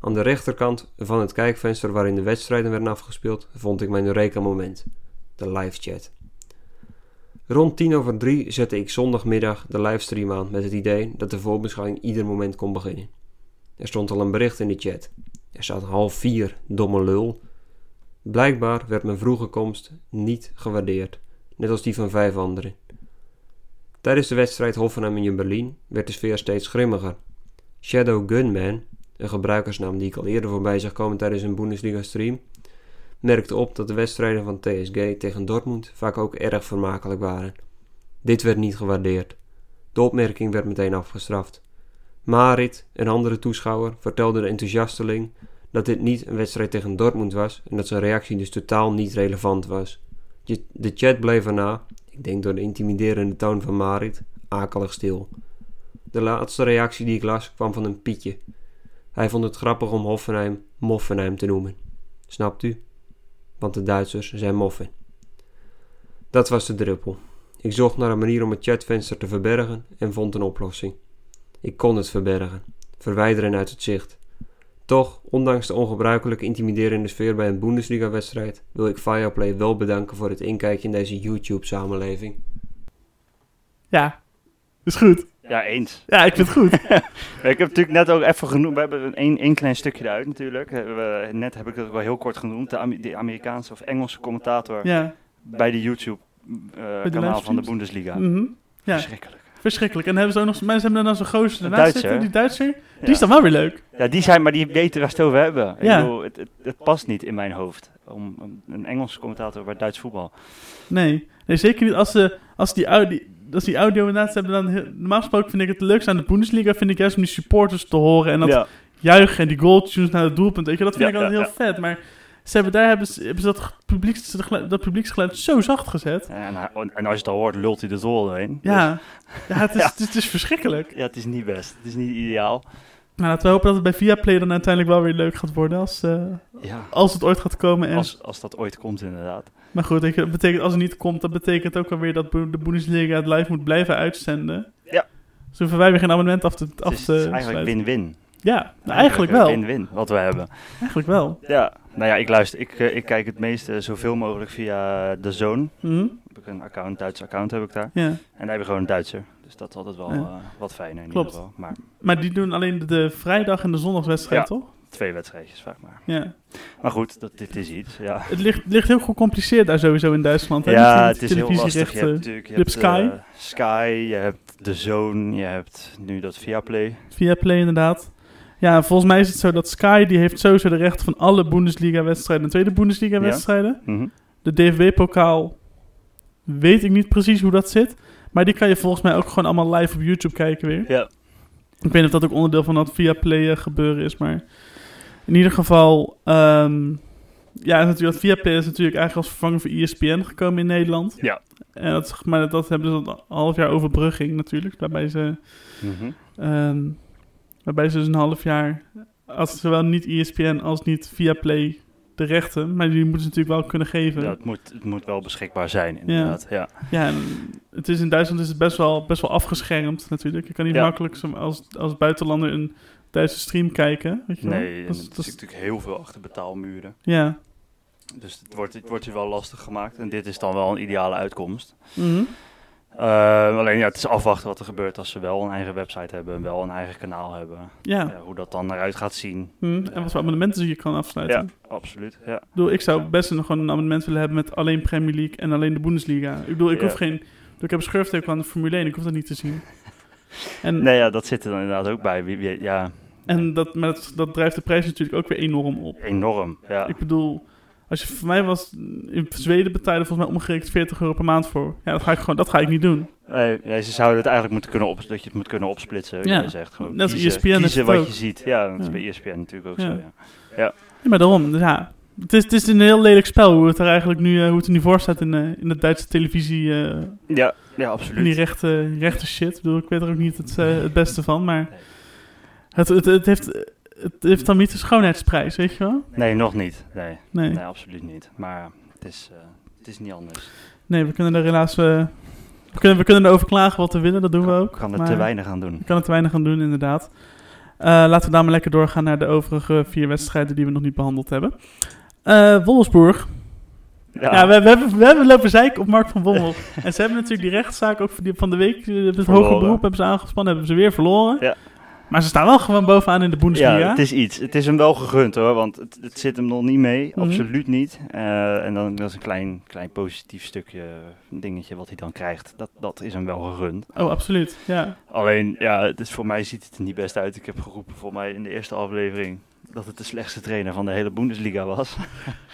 [SPEAKER 6] Aan de rechterkant van het kijkvenster waarin de wedstrijden werden afgespeeld, vond ik mijn Eureka-moment: de livechat. Rond tien over drie zette ik zondagmiddag de livestream aan met het idee dat de voorbeschouwing ieder moment kon beginnen. Er stond al een bericht in de chat. Er staat half vier, domme lul. Blijkbaar werd mijn vroege komst niet gewaardeerd, net als die van vijf anderen. Tijdens de wedstrijd Hoffenheim in Berlin werd de sfeer steeds grimmiger. Shadow Gunman, een gebruikersnaam die ik al eerder voorbij zag komen tijdens een Bundesliga-stream, merkte op dat de wedstrijden van TSG tegen Dortmund vaak ook erg vermakelijk waren. Dit werd niet gewaardeerd. De opmerking werd meteen afgestraft. Marit, een andere toeschouwer, vertelde de enthousiasteling dat dit niet een wedstrijd tegen Dortmund was en dat zijn reactie dus totaal niet relevant was. Je- De chat bleef erna, ik denk door de intimiderende toon van Marit, akelig stil. De laatste reactie die ik las kwam van een Pietje, hij vond het grappig om Hoffenheim Moffenheim te noemen. Snapt u? Want de Duitsers zijn moffen. Dat was de druppel. Ik zocht naar een manier om het chatvenster te verbergen en vond een oplossing. Ik kon het verbergen, verwijderen uit het zicht. Toch, ondanks de ongebruikelijke intimiderende sfeer bij een Bundesliga-wedstrijd, wil ik Fireplay wel bedanken voor het inkijkje in deze YouTube-samenleving.
[SPEAKER 1] Ja, is goed.
[SPEAKER 2] Ja, eens.
[SPEAKER 1] Ja, ik vind het goed.
[SPEAKER 2] <laughs> Ja, Ik heb natuurlijk net ook even genoemd. We hebben een één- één klein stukje eruit natuurlijk. Hebben we- Net heb ik het ook wel heel kort genoemd. De, Ami- de Amerikaanse of Engelse commentator
[SPEAKER 1] ja.
[SPEAKER 2] bij de YouTube eh, kanaal van de
[SPEAKER 1] livestreams?
[SPEAKER 2] Bundesliga.
[SPEAKER 1] mhm. ja,
[SPEAKER 2] Verschrikkelijk.
[SPEAKER 1] verschrikkelijk. En hebben ze ook nog, mensen hebben dan zo'n gozer
[SPEAKER 2] Een
[SPEAKER 1] ernaast
[SPEAKER 2] Duitser,
[SPEAKER 1] zitten, die Duitser. Die
[SPEAKER 2] Ja.
[SPEAKER 1] is dan wel weer leuk.
[SPEAKER 2] Ja, die zijn, maar die weten waar ze het over hebben. Ik
[SPEAKER 1] Ja.
[SPEAKER 2] bedoel, het, het, het past niet in mijn hoofd. Om om een Engelse commentator bij Duits voetbal.
[SPEAKER 1] Nee, nee zeker niet. Als, ze, als, die audio, als die audio inderdaad ze hebben, dan heel- normaal gesproken vind ik het leukste aan de Bundesliga, vind ik juist om die supporters te horen en dat
[SPEAKER 2] ja.
[SPEAKER 1] juichen en die goaltunes naar het doelpunt. Weet je, dat vind
[SPEAKER 2] Ja,
[SPEAKER 1] ik altijd
[SPEAKER 2] ja,
[SPEAKER 1] heel vet. Maar ze hebben, daar hebben ze, hebben ze dat, publieks, dat publieksgeluid zo zacht gezet.
[SPEAKER 2] En, hij- en als je het al hoort, lult hij de zool heen.
[SPEAKER 1] Ja, ja, het, is,
[SPEAKER 2] Ja.
[SPEAKER 1] Het, is, het is verschrikkelijk.
[SPEAKER 2] ja, het is niet best. Het is niet ideaal.
[SPEAKER 1] Maar laten we hopen dat het bij Viaplay dan uiteindelijk wel weer leuk gaat worden als, eh,
[SPEAKER 2] Ja.
[SPEAKER 1] als het ooit gaat komen. En,
[SPEAKER 2] Als, als dat ooit komt, inderdaad.
[SPEAKER 1] Maar goed, ik- dat betekent, als het niet komt, dat betekent ook alweer dat Bo- de Bundesliga het live moet blijven uitzenden.
[SPEAKER 2] Ja.
[SPEAKER 1] Dus hoeven wij weer geen abonnement af te, af
[SPEAKER 2] Het is,
[SPEAKER 1] te
[SPEAKER 2] het is eigenlijk
[SPEAKER 1] sluiten.
[SPEAKER 2] win-win.
[SPEAKER 1] Ja, nou, eigenlijk
[SPEAKER 2] een
[SPEAKER 1] wel.
[SPEAKER 2] Win-win wat we hebben.
[SPEAKER 1] Eigenlijk wel.
[SPEAKER 2] Ja, nou ja, ik luister. Ik, eh, ik kijk het meest eh, zoveel mogelijk via de Zone.
[SPEAKER 1] Mhm.
[SPEAKER 2] Heb ik een account, Duits account heb ik daar.
[SPEAKER 1] Ja.
[SPEAKER 2] En daar heb je gewoon een Duitser. Dus dat is altijd wel
[SPEAKER 1] Ja.
[SPEAKER 2] eh, wat fijner in
[SPEAKER 1] Klopt.
[SPEAKER 2] ieder geval. Maar
[SPEAKER 1] Maar die doen alleen de vrijdag- en de zondagwedstrijd, toch?
[SPEAKER 2] twee wedstrijdjes vaak maar.
[SPEAKER 1] Ja.
[SPEAKER 2] Maar goed, dat, dit is iets. Ja,
[SPEAKER 1] Het ligt, ligt heel gecompliceerd daar sowieso in Duitsland. hè? Dus
[SPEAKER 2] ja
[SPEAKER 1] die
[SPEAKER 2] het is heel lastig. Je
[SPEAKER 1] televisierechten.
[SPEAKER 2] hebt natuurlijk je
[SPEAKER 1] je hebt
[SPEAKER 2] hebt, eh, Sky, je hebt de Zone, je hebt nu dat Viaplay.
[SPEAKER 1] Via Play inderdaad. Ja, volgens mij is het zo dat Sky die heeft sowieso de rechten van alle Bundesliga-wedstrijden en tweede Bundesliga-wedstrijden.
[SPEAKER 2] Mhm.
[SPEAKER 1] De DFB-pokaal weet ik niet precies hoe dat zit. Maar die kan je volgens mij ook gewoon allemaal live op YouTube kijken weer.
[SPEAKER 2] Ja.
[SPEAKER 1] Ik weet niet of dat ook onderdeel van dat via Play eh, gebeuren is, maar in ieder geval. ehm ja, natuurlijk, dat via Play is natuurlijk eigenlijk als E vervanging voor ESPN gekomen in Nederland.
[SPEAKER 2] Ja.
[SPEAKER 1] En dat, is- maar dat hebben ze al een half jaar overbrugging natuurlijk. Waarbij ze
[SPEAKER 2] Mhm.
[SPEAKER 1] Ehm, waarbij ze dus een half jaar, als zowel niet E ESPN als niet Viaplay de rechten, maar die moeten ze natuurlijk wel kunnen geven.
[SPEAKER 2] Ja,
[SPEAKER 1] Ja,
[SPEAKER 2] het, moet, het moet wel beschikbaar zijn, inderdaad. Ja.
[SPEAKER 1] en het is in Duitsland is het best wel, best wel afgeschermd natuurlijk. Je kan niet
[SPEAKER 2] Ja.
[SPEAKER 1] makkelijk zo- als, als buitenlander een Duitse stream kijken. Weet je wel?
[SPEAKER 2] Nee, en
[SPEAKER 1] Dat
[SPEAKER 2] er
[SPEAKER 1] is-
[SPEAKER 2] zit
[SPEAKER 1] dat is-
[SPEAKER 2] natuurlijk heel veel achter betaalmuren.
[SPEAKER 1] ja.
[SPEAKER 2] Dus het wordt, het wordt je wel lastig gemaakt. En dit is dan wel een ideale uitkomst.
[SPEAKER 1] Mhm.
[SPEAKER 2] Eh, alleen ja, het is afwachten wat er gebeurt als ze wel een eigen website hebben en wel een eigen kanaal hebben.
[SPEAKER 1] ja.
[SPEAKER 2] Ja, hoe dat dan eruit gaat zien.
[SPEAKER 1] Mhm. En wat voor abonnementen je kan afsluiten.
[SPEAKER 2] Ja, absoluut. Ja.
[SPEAKER 1] Ik bedoel, ik zou best nog gewoon een abonnement willen hebben met alleen Premier League en alleen de Bundesliga. Ik bedoel, ik
[SPEAKER 2] Ja.
[SPEAKER 1] hoef geen... Ik heb een schurftekel aan de Formule 1, ik hoef dat niet te
[SPEAKER 2] <laughs>
[SPEAKER 1] zien. En,
[SPEAKER 2] Nee, ja, dat zit er dan inderdaad ook bij. Wie- wie- Ja,
[SPEAKER 1] En dat, maar dat, dat drijft de prijs natuurlijk ook weer enorm op.
[SPEAKER 2] enorm. Ja.
[SPEAKER 1] Ik bedoel, als je voor mij was, in Zweden betaalde volgens mij omgerekend 40 euro per maand voor. Ja, dat ga ik gewoon, dat ga ik niet doen.
[SPEAKER 2] Nee, nee, ze zouden het eigenlijk moeten kunnen, op, dat je het moet kunnen opsplitsen.
[SPEAKER 1] Ja.
[SPEAKER 2] Ja. Je zegt gewoon
[SPEAKER 1] Net als E
[SPEAKER 2] kiezen,
[SPEAKER 1] ESPN is
[SPEAKER 2] kiezen
[SPEAKER 1] het
[SPEAKER 2] wat
[SPEAKER 1] ook.
[SPEAKER 2] je ziet. Ja, dat is
[SPEAKER 1] Ja.
[SPEAKER 2] bij E ESPN natuurlijk ook
[SPEAKER 1] Ja.
[SPEAKER 2] zo. Ja.
[SPEAKER 1] Ja, maar daarom, dus ja. Het is, het is een heel lelijk spel hoe het er eigenlijk nu, eh, hoe het er nu voor staat in, eh, in de Duitse televisie. eh,
[SPEAKER 2] Ja, ja,
[SPEAKER 1] in die
[SPEAKER 2] absoluut.
[SPEAKER 1] rechte, rechte shit. Ik bedoel, ik weet er ook niet het, eh, het beste van, maar het, het, het, heeft, het heeft dan niet de schoonheidsprijs, weet je wel?
[SPEAKER 2] Nee, nog niet. Nee,
[SPEAKER 1] Nee,
[SPEAKER 2] nee absoluut niet. Maar het is, eh, het is niet anders.
[SPEAKER 1] nee we kunnen er helaas... eh, we, kunnen, we kunnen erover klagen wat we willen, dat doen we ook.
[SPEAKER 2] Ik kan er te
[SPEAKER 1] maar-
[SPEAKER 2] weinig aan doen.
[SPEAKER 1] Ik kan er te weinig aan doen, inderdaad. Eh, laten we daar maar lekker doorgaan naar de overige vier wedstrijden die we nog niet behandeld hebben. Eh, Wolfsburg. Ja, we, we, hebben, we hebben lopen zeik op Mark van Bommel. en ze hebben natuurlijk die rechtszaak ook van die- van de week. eh, Het hoger
[SPEAKER 2] Verloren.
[SPEAKER 1] beroep hebben ze aangespannen, hebben ze weer verloren.
[SPEAKER 2] Ja.
[SPEAKER 1] Maar ze staan wel gewoon bovenaan in de Bundesliga.
[SPEAKER 2] Ja, het is iets. Het is hem wel gegund hoor, want het, het zit hem nog niet mee.
[SPEAKER 1] Mhm.
[SPEAKER 2] Absoluut niet. Eh, en dan dat is een klein, klein positief stukje, dingetje wat hij dan krijgt. Dat, dat is hem wel gegund.
[SPEAKER 1] Oh, absoluut. Ja.
[SPEAKER 2] Alleen, ja, het is, voor mij ziet het er niet best uit. Ik heb geroepen voor mij in de eerste aflevering dat het de slechtste trainer van de hele Bundesliga was.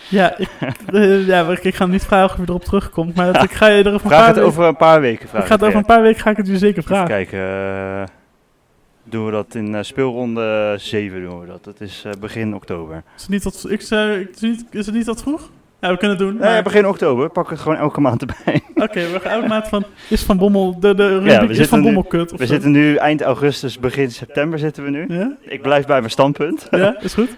[SPEAKER 1] Ja, ik, eh, ja, maar ik, ik ga niet vragen of je erop terugkomt, maar dat, ik ga je er over een
[SPEAKER 2] Vraag
[SPEAKER 1] paar
[SPEAKER 2] het
[SPEAKER 1] weken-
[SPEAKER 2] over een paar weken. Vraag
[SPEAKER 1] Ik ga het over een paar weken ga ik het je zeker
[SPEAKER 2] Even
[SPEAKER 1] vragen.
[SPEAKER 2] kijken. eh, doen we dat in eh, speelronde 7 doen we dat. Dat is eh, begin oktober.
[SPEAKER 1] Is het niet dat, ik, zou- ik- is, het niet, is het niet dat vroeg? Ja, we kunnen het doen.
[SPEAKER 2] Nee,
[SPEAKER 1] maar-
[SPEAKER 2] Eh, begin oktober. Pak het gewoon elke maand erbij.
[SPEAKER 1] Oké, we gaan uitmaat van is van Bommel de, de rubriek
[SPEAKER 2] we
[SPEAKER 1] is
[SPEAKER 2] zitten
[SPEAKER 1] van
[SPEAKER 2] nu-
[SPEAKER 1] Bommel kut of
[SPEAKER 2] We
[SPEAKER 1] zo.
[SPEAKER 2] zitten nu eind augustus, begin september zitten we nu.
[SPEAKER 1] Ja?
[SPEAKER 2] Ik blijf bij mijn standpunt.
[SPEAKER 1] ja, is goed.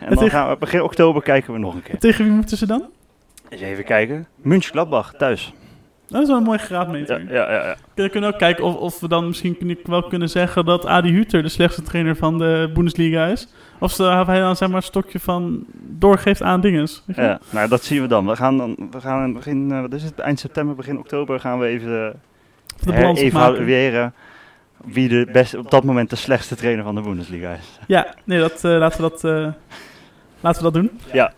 [SPEAKER 2] En dan
[SPEAKER 1] is-
[SPEAKER 2] gaan we begin oktober kijken we nog een keer.
[SPEAKER 1] Tegen wie moeten ze dan?
[SPEAKER 2] Eens even kijken. München-Gladbach, thuis.
[SPEAKER 1] Dat is wel een mooie
[SPEAKER 2] Ja,
[SPEAKER 1] graadmeter.
[SPEAKER 2] ja, ja, ja.
[SPEAKER 1] We kunnen ook kijken of, of we dan misschien kun- wel kunnen zeggen dat Adi Huter de slechtste trainer van de Bundesliga is. Of ze, of hij dan zeg maar een stokje van doorgeeft aan dinges. weet je?
[SPEAKER 2] Ja, nou, dat zien we dan. We gaan dan, we gaan in begin, eh, wat is het, eind september, begin oktober gaan we even
[SPEAKER 1] Of de
[SPEAKER 2] eh,
[SPEAKER 1] balans maken.
[SPEAKER 2] evalueren wie de beste, op dat moment de slechtste trainer van de Bundesliga is.
[SPEAKER 1] Ja, nee, dat, eh, laten, we dat, eh, laten we dat doen.
[SPEAKER 2] Ja.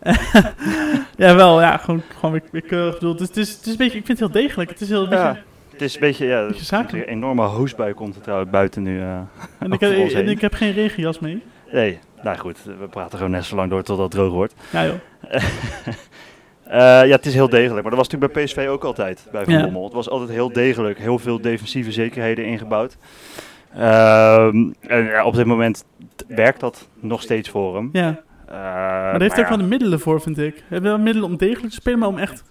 [SPEAKER 1] Jawel, ja, gewoon, gewoon weer, weer keurig bedoeld. Dus het is, het is een beetje, ik vind het heel degelijk. Het is heel,
[SPEAKER 2] Ja. Het is een beetje, ja,
[SPEAKER 1] Beetje zakelijk.
[SPEAKER 2] een enorme hoosbui komt er trouwens buiten nu. eh.
[SPEAKER 1] en, ik,
[SPEAKER 2] Ook voor ons
[SPEAKER 1] en
[SPEAKER 2] heen.
[SPEAKER 1] ik heb geen regenjas mee.
[SPEAKER 2] Nee, nou goed, we praten gewoon net zo lang door totdat het droog wordt.
[SPEAKER 1] Ja joh.
[SPEAKER 2] Eh, ja, het is heel degelijk. Maar dat was natuurlijk bij PSV ook altijd, bij Van
[SPEAKER 1] Ja.
[SPEAKER 2] Bommel. Het was altijd heel degelijk. Heel veel defensieve zekerheden ingebouwd. Ehm, en ja, op dit moment t- werkt dat nog steeds voor hem.
[SPEAKER 1] Ja,
[SPEAKER 2] Eh,
[SPEAKER 1] maar daar heeft hij ook
[SPEAKER 2] ja,
[SPEAKER 1] wel de middelen voor, vind ik. Hij heeft wel middelen om degelijk te spelen, maar om echt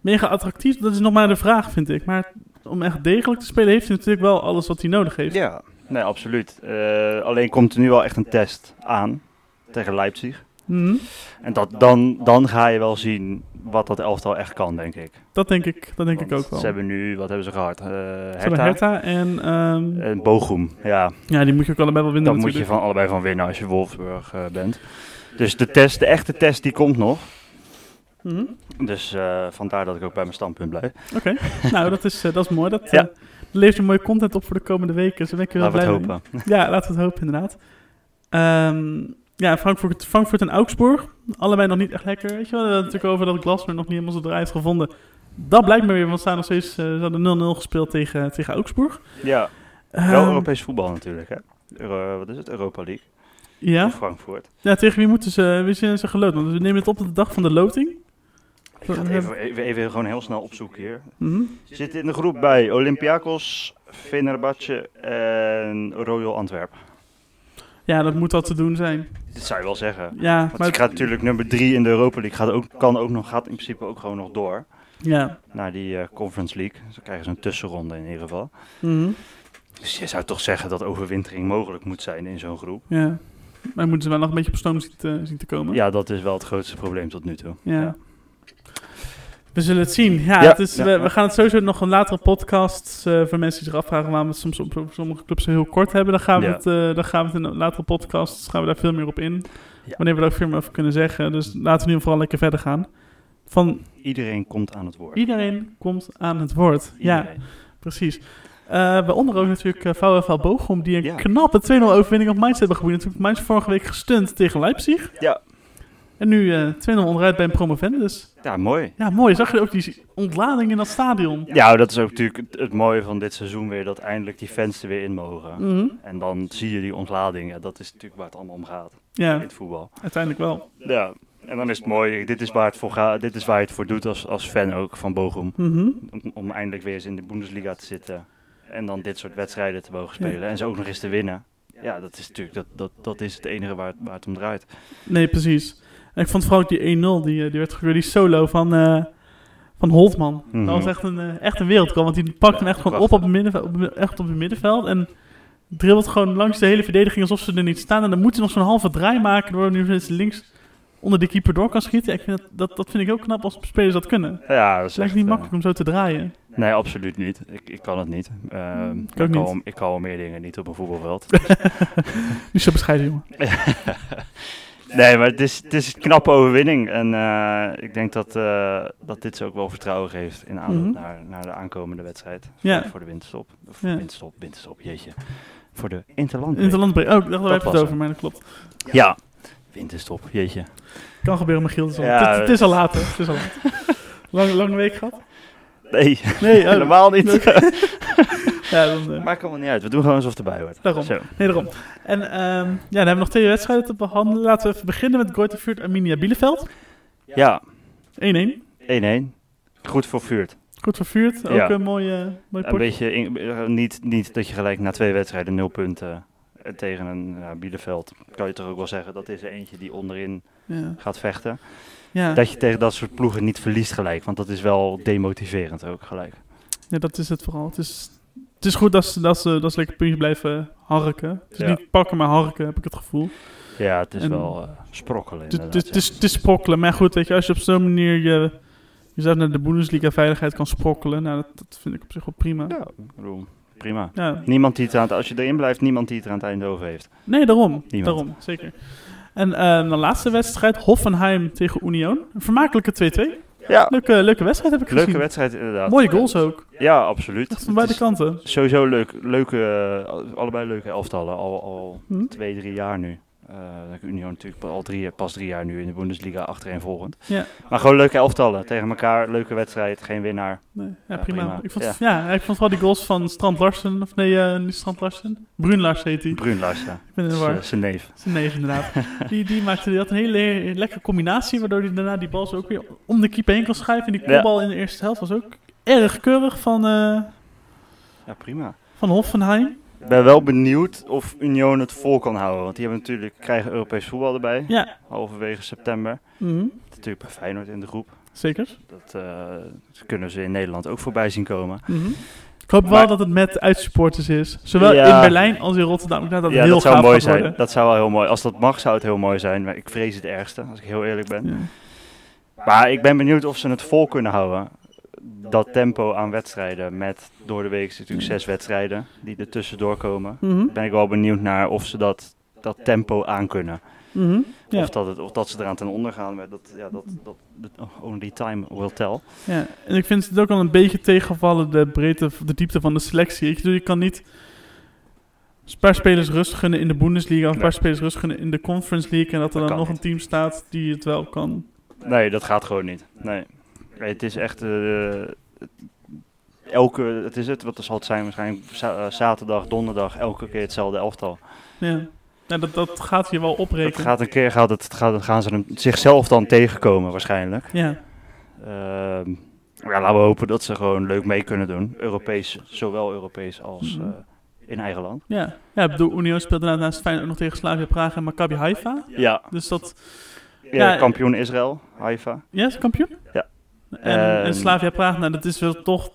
[SPEAKER 1] mega attractief, dat is nog maar de vraag, vind ik. Maar om echt degelijk te spelen heeft hij natuurlijk wel alles wat hij nodig heeft.
[SPEAKER 2] Ja, nee, absoluut. Eh, alleen komt er nu wel echt een test aan tegen Leipzig.
[SPEAKER 1] Mhm,
[SPEAKER 2] En dat, dan, dan ga je wel zien wat dat elftal echt kan, denk ik.
[SPEAKER 1] Dat denk ik, dat denk ik
[SPEAKER 2] Want
[SPEAKER 1] ook wel.
[SPEAKER 2] Ze hebben nu, wat hebben ze gehad? Eh
[SPEAKER 1] Ze hebben
[SPEAKER 2] Hertha
[SPEAKER 1] Hertha en... ehm,
[SPEAKER 2] en Bochum. Ja,
[SPEAKER 1] ja, die moet je ook allebei wel winnen
[SPEAKER 2] Dan moet je
[SPEAKER 1] natuurlijk.
[SPEAKER 2] van allebei van winnen als je Wolfsburg eh, bent. Dus de test, de echte test, die komt nog.
[SPEAKER 1] Mhm.
[SPEAKER 2] Dus eh, vandaar dat ik ook bij mijn standpunt blijf.
[SPEAKER 1] Oké, nou dat is, eh, dat is mooi. Dat
[SPEAKER 2] Ja.
[SPEAKER 1] eh, levert een mooie content op voor de komende weken. Zo ben ik er wel
[SPEAKER 2] Laten we het
[SPEAKER 1] blij mee.
[SPEAKER 2] hopen.
[SPEAKER 1] Ja, laten we het hopen inderdaad. Ehm, ja, Frankfurt, Frankfurt en Augsburg. Allebei nog niet echt lekker. Weet je wel, we hadden het natuurlijk over dat Glasner nog niet helemaal zijn draai heeft gevonden. Dat blijkt me weer, want ze hadden nog steeds eh, ze hadden 0-0 gespeeld tegen, tegen Augsburg.
[SPEAKER 2] Ja, wel
[SPEAKER 1] Ehm,
[SPEAKER 2] Europees voetbal natuurlijk, hè? Euro- wat is het? Europa League.
[SPEAKER 1] ja.
[SPEAKER 2] in Frankfurt.
[SPEAKER 1] ja, tegen wie moeten ze, wie zijn ze geloot? Want we nemen het op op de dag van de loting.
[SPEAKER 2] Ik ga het even, even, even gewoon heel snel opzoeken hier.
[SPEAKER 1] Mhm.
[SPEAKER 2] Zit in de groep bij Olympiakos, Fenerbahce en Royal Antwerpen.
[SPEAKER 1] Ja, dat moet wat te doen zijn.
[SPEAKER 2] Dit zou je wel zeggen.
[SPEAKER 1] Ja,
[SPEAKER 2] Want
[SPEAKER 1] maar...
[SPEAKER 2] je gaat natuurlijk nummer 3 in de Europa League. Gaat ook, kan ook nog, gaat in principe ook gewoon nog door.
[SPEAKER 1] Ja.
[SPEAKER 2] Naar die eh, Conference League. Ze krijgen ze een tussenronde in ieder geval.
[SPEAKER 1] Mhm.
[SPEAKER 2] Dus je zou toch zeggen dat overwintering mogelijk moet zijn in zo'n groep.
[SPEAKER 1] Ja. Maar moeten ze wel nog een beetje op stoom zien te, zien te komen.
[SPEAKER 2] Ja, dat is wel het grootste probleem tot nu toe.
[SPEAKER 1] Ja. We zullen het zien. Ja,
[SPEAKER 2] Ja,
[SPEAKER 1] het is,
[SPEAKER 2] ja,
[SPEAKER 1] we,
[SPEAKER 2] ja.
[SPEAKER 1] we gaan het sowieso nog een latere podcast eh, voor mensen die zich afvragen waarom we het soms op, op sommige clubs heel kort hebben. Dan gaan we,
[SPEAKER 2] Ja.
[SPEAKER 1] het, eh, dan gaan we het in een latere podcast gaan we daar veel meer op in.
[SPEAKER 2] Ja.
[SPEAKER 1] Wanneer we er ook veel meer over kunnen zeggen. Dus laten we nu vooral lekker verder gaan. Van
[SPEAKER 2] Iedereen komt aan het woord.
[SPEAKER 1] iedereen komt aan het woord. Ja,
[SPEAKER 2] Iedereen.
[SPEAKER 1] precies. Eh waaronder ook natuurlijk eh, VfL Bochum, die een
[SPEAKER 2] Ja.
[SPEAKER 1] knappe 2-0 overwinning op Mainz hebben geboeid. Natuurlijk Mainz vorige week gestunt tegen Leipzig.
[SPEAKER 2] Ja.
[SPEAKER 1] En nu eh, 2-0 onderuit bij een promovendus.
[SPEAKER 2] ja, mooi.
[SPEAKER 1] Ja, mooi. Zag je ook die ontlading in dat stadion?
[SPEAKER 2] Ja, dat is ook natuurlijk het, het mooie van dit seizoen weer, dat eindelijk die fans er weer in mogen.
[SPEAKER 1] Mhm.
[SPEAKER 2] En dan zie je die ontlading, ja, dat is natuurlijk waar het allemaal om gaat in
[SPEAKER 1] Ja,
[SPEAKER 2] het voetbal.
[SPEAKER 1] uiteindelijk wel.
[SPEAKER 2] Ja, en dan is het mooi, dit is waar, het voor gaat, dit is waar je het voor doet als, als fan ook van Bochum.
[SPEAKER 1] Mhm.
[SPEAKER 2] Om, om eindelijk weer eens in de Bundesliga te zitten en dan dit soort wedstrijden te mogen spelen en ze ook nog eens te winnen. Ja, dat is natuurlijk dat, dat, dat is het enige waar, het- waar het om draait.
[SPEAKER 1] Nee, precies. En ik vond vooral ook die 1-0, die, eh, die werd gebeurd, die solo van, eh, van Holtman.
[SPEAKER 2] Mhm.
[SPEAKER 1] Dat was echt een, eh, echt een wereldgoal, want die pakt hem echt gewoon op op het middenveld, op- echt op het middenveld en dribbelt gewoon langs de hele verdediging alsof ze er niet staan. En dan moet hij nog zo'n halve draai maken, waardoor hij nu eens links onder de keeper door kan schieten. Ja, ik vind dat, dat, dat vind ik heel knap als spelers dat kunnen. Het
[SPEAKER 2] Ja, dat is
[SPEAKER 1] is eigenlijk
[SPEAKER 2] echt,
[SPEAKER 1] niet
[SPEAKER 2] eh,
[SPEAKER 1] makkelijk om zo te draaien.
[SPEAKER 2] Nee, absoluut niet. Ik, ik kan het niet. Ehm,
[SPEAKER 1] Mm, ik ook
[SPEAKER 2] kan
[SPEAKER 1] niet.
[SPEAKER 2] al- ik kan al meer dingen niet op een voetbalveld. <laughs>
[SPEAKER 1] Niet zo bescheiden, jongen.
[SPEAKER 2] Nee, maar het is, het is een knappe overwinning. En eh, ik denk dat, eh, dat dit ze ook wel vertrouwen geeft in aanloop
[SPEAKER 1] Mhm.
[SPEAKER 2] naar, naar de aankomende wedstrijd.
[SPEAKER 1] Ja.
[SPEAKER 2] Voor, voor de winterstop. Of
[SPEAKER 1] Ja.
[SPEAKER 2] winterstop, winterstop, jeetje. Voor de Interland.
[SPEAKER 1] In het land breekt. Oh, ik dacht dat we
[SPEAKER 2] Dat
[SPEAKER 1] hebben
[SPEAKER 2] was
[SPEAKER 1] het over,
[SPEAKER 2] hem.
[SPEAKER 1] maar dat klopt.
[SPEAKER 2] Ja, winterstop, jeetje.
[SPEAKER 1] Kan gebeuren, maar Giel, het is al-
[SPEAKER 2] Ja,
[SPEAKER 1] het, het is al
[SPEAKER 2] dat-
[SPEAKER 1] laat, hè. Het is al laat. <laughs> Lang, lange week gehad?
[SPEAKER 2] Nee,
[SPEAKER 1] Nee, oh,
[SPEAKER 2] <laughs> helemaal niet.
[SPEAKER 1] ja, dan, eh,
[SPEAKER 2] Maakt allemaal niet uit. We doen gewoon alsof het erbij hoort.
[SPEAKER 1] Daarom.
[SPEAKER 2] Zo.
[SPEAKER 1] nee, daarom. En ehm, ja, dan hebben we nog twee wedstrijden te behandelen. Laten we even beginnen met Goethe Vuurt Arminia Bielefeld. 1-1.
[SPEAKER 2] Ja, 1-1. Goed voor Vuurt.
[SPEAKER 1] Goed voor Vuurt. Ook
[SPEAKER 2] Ja.
[SPEAKER 1] een mooie, mooie
[SPEAKER 2] Een
[SPEAKER 1] potje.
[SPEAKER 2] beetje in- eh, niet, niet dat je gelijk na twee wedstrijden nul punten eh, tegen een ja, Bielefeld. Kan je toch ook wel zeggen, dat is er eentje die onderin
[SPEAKER 1] Ja.
[SPEAKER 2] gaat vechten.
[SPEAKER 1] Ja.
[SPEAKER 2] dat je tegen dat soort ploegen niet verliest gelijk. Want dat is wel demotiverend ook gelijk.
[SPEAKER 1] ja, dat is het vooral. Het is, het is goed dat ze, dat, ze, dat ze lekker puntje blijven harken. Het is
[SPEAKER 2] Ja.
[SPEAKER 1] niet pakken, maar harken, heb ik het gevoel.
[SPEAKER 2] Ja, het is
[SPEAKER 1] En- dus-
[SPEAKER 2] wel eh, sprokkelen
[SPEAKER 1] Het-
[SPEAKER 2] inderdaad.
[SPEAKER 1] Het het is het is sprokkelen. Maar goed, weet je, als je op zo'n manier je, jezelf naar de Bundesliga veiligheid kan sprokkelen, nou, dat, dat vind ik op zich wel prima.
[SPEAKER 2] ja. Ik bedoel, prima.
[SPEAKER 1] Ja.
[SPEAKER 2] Niemand die het aan het, als je erin blijft, niemand die het er aan het einde over heeft.
[SPEAKER 1] Nee, daarom.
[SPEAKER 2] Niemand.
[SPEAKER 1] Daarom, zeker. En ehm, de laatste wedstrijd, Hoffenheim tegen Union. Een vermakelijke 2-2.
[SPEAKER 2] Ja,
[SPEAKER 1] Leuke, leuke wedstrijd heb ik
[SPEAKER 2] leuke
[SPEAKER 1] gezien.
[SPEAKER 2] wedstrijd inderdaad.
[SPEAKER 1] Mooie goals ook.
[SPEAKER 2] Ja, absoluut.
[SPEAKER 1] Echt van
[SPEAKER 2] Het
[SPEAKER 1] beide
[SPEAKER 2] is
[SPEAKER 1] kanten.
[SPEAKER 2] Sowieso leuk, leuke, eh, allebei leuke elftallen. Al, al
[SPEAKER 1] Hm?
[SPEAKER 2] twee, drie jaar nu. Eh Union natuurlijk al drie, pas drie jaar nu in de Bundesliga achtereenvolgend.
[SPEAKER 1] Ja.
[SPEAKER 2] Maar gewoon leuke elftallen tegen elkaar. Leuke wedstrijd, geen winnaar.
[SPEAKER 1] Nee, ja,
[SPEAKER 2] Ja,
[SPEAKER 1] prima.
[SPEAKER 2] prima.
[SPEAKER 1] Ik, vond, ja.
[SPEAKER 2] Ja.
[SPEAKER 1] ik vond vooral die goals van Strand Larsen. Of nee, eh, niet Strand Larsen. Bruun Larsen heet hij. Ik
[SPEAKER 2] Bruun Larsen,
[SPEAKER 1] ben in de war.
[SPEAKER 2] z- eh, zijn neef.
[SPEAKER 1] Zijn neef inderdaad. die, die maakte die had een hele le- lekkere combinatie, waardoor hij daarna die bal zo ook weer om de keeper heen kon schuiven. En die
[SPEAKER 2] Ja.
[SPEAKER 1] kopbal in de eerste helft was ook erg keurig van, eh,
[SPEAKER 2] Ja, prima.
[SPEAKER 1] van Hoffenheim.
[SPEAKER 2] Ik ben wel benieuwd of Union het vol kan houden. Want die hebben natuurlijk, krijgen Europees voetbal erbij.
[SPEAKER 1] Ja,
[SPEAKER 2] Halverwege september.
[SPEAKER 1] mhm,
[SPEAKER 2] Het is natuurlijk bij Feyenoord in de groep.
[SPEAKER 1] zeker.
[SPEAKER 2] Dat eh, kunnen ze in Nederland ook voorbij zien komen.
[SPEAKER 1] Mhm. Ik hoop wel
[SPEAKER 2] Maar-
[SPEAKER 1] dat het met uitsupporters is. Zowel
[SPEAKER 2] Ja.
[SPEAKER 1] in Berlijn als in Rotterdam. Ik denk dat het
[SPEAKER 2] ja,
[SPEAKER 1] heel
[SPEAKER 2] dat zou
[SPEAKER 1] gaaf
[SPEAKER 2] mooi
[SPEAKER 1] gaat
[SPEAKER 2] zijn.
[SPEAKER 1] worden.
[SPEAKER 2] Dat zou wel heel mooi. Als dat mag, zou het heel mooi zijn. Maar ik vrees het ergste, als ik heel eerlijk ben.
[SPEAKER 1] Ja.
[SPEAKER 2] Maar ik ben benieuwd of ze het vol kunnen houden. Dat tempo aan wedstrijden. Met door de week natuurlijk zes wedstrijden die er tussendoor komen.
[SPEAKER 1] Mhm.
[SPEAKER 2] Ben ik wel benieuwd naar of ze dat, dat tempo aankunnen.
[SPEAKER 1] Mhm, Ja.
[SPEAKER 2] Of, dat het, of dat ze eraan ten onder gaan. Maar dat, ja, dat, dat, dat- only time will tell.
[SPEAKER 1] Ja, en ik vind het ook al een beetje tegenvallen, de breedte, de diepte van de selectie. Ik bedoel, je kan niet een paar spelers rust gunnen in de Bundesliga, of een paar spelers rust gunnen in de Conference League, en dat er
[SPEAKER 2] Dat
[SPEAKER 1] dan
[SPEAKER 2] kan
[SPEAKER 1] nog een team staat die het wel kan.
[SPEAKER 2] Nee, dat gaat gewoon niet. Nee. Nee, het is echt. eh, elke. Het is het, wat er zal het zijn waarschijnlijk. za- eh, zaterdag, donderdag, elke keer hetzelfde elftal.
[SPEAKER 1] Ja, ja dat, dat gaat je wel
[SPEAKER 2] Het
[SPEAKER 1] oprekenen.
[SPEAKER 2] gaat een keer gaat het, gaat, gaan ze hem zichzelf dan tegenkomen, waarschijnlijk.
[SPEAKER 1] Ja,
[SPEAKER 2] Ehm, ja, laten we hopen dat ze gewoon leuk mee kunnen doen. Europees, zowel Europees als
[SPEAKER 1] Mhm.
[SPEAKER 2] eh, in eigen land.
[SPEAKER 1] ja. ja ik bedoel, Unio speelt daarna naast Feyenoord ook nog tegen Slavia Praag en Maccabi Haifa.
[SPEAKER 2] Ja,
[SPEAKER 1] Dus dat,
[SPEAKER 2] ja,
[SPEAKER 1] Ja,
[SPEAKER 2] kampioen Israël, Haifa.
[SPEAKER 1] ja, is kampioen?
[SPEAKER 2] Ja.
[SPEAKER 1] En,
[SPEAKER 2] Ehm,
[SPEAKER 1] en Slavia Praag, nou dat is wel toch,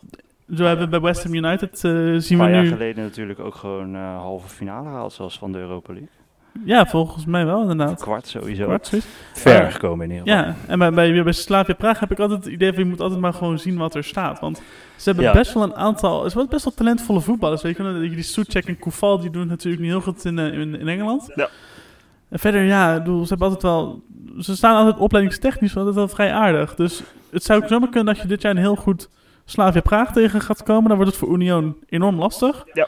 [SPEAKER 1] zo hebben we bij West Ham United, eh,
[SPEAKER 2] Een
[SPEAKER 1] zien we
[SPEAKER 2] paar jaar
[SPEAKER 1] nu...
[SPEAKER 2] geleden natuurlijk ook gewoon eh, halve finale gehaald, zoals van de Europa League.
[SPEAKER 1] Ja, volgens mij wel inderdaad.
[SPEAKER 2] Kwart sowieso.
[SPEAKER 1] Kwart, zoiets.
[SPEAKER 2] Ver
[SPEAKER 1] Ja.
[SPEAKER 2] gekomen in ieder geval.
[SPEAKER 1] Ja, en bij, bij, bij Slavia Praag heb ik altijd het idee van je moet altijd maar gewoon zien wat er staat. Want ze hebben
[SPEAKER 2] Ja.
[SPEAKER 1] best wel een aantal, ze hebben best wel talentvolle voetballers. Weet je, wel. die Suchek en Koufal, die doen het natuurlijk niet heel goed in, eh, in, in Engeland.
[SPEAKER 2] Ja.
[SPEAKER 1] En verder, ja, ik bedoel, ze hebben altijd wel, ze staan altijd opleidingstechnisch altijd wel vrij aardig. Dus het zou ook zomaar kunnen dat je dit jaar een heel goed Slavia Praag tegen gaat komen. Dan wordt het voor Union enorm lastig.
[SPEAKER 2] Ja.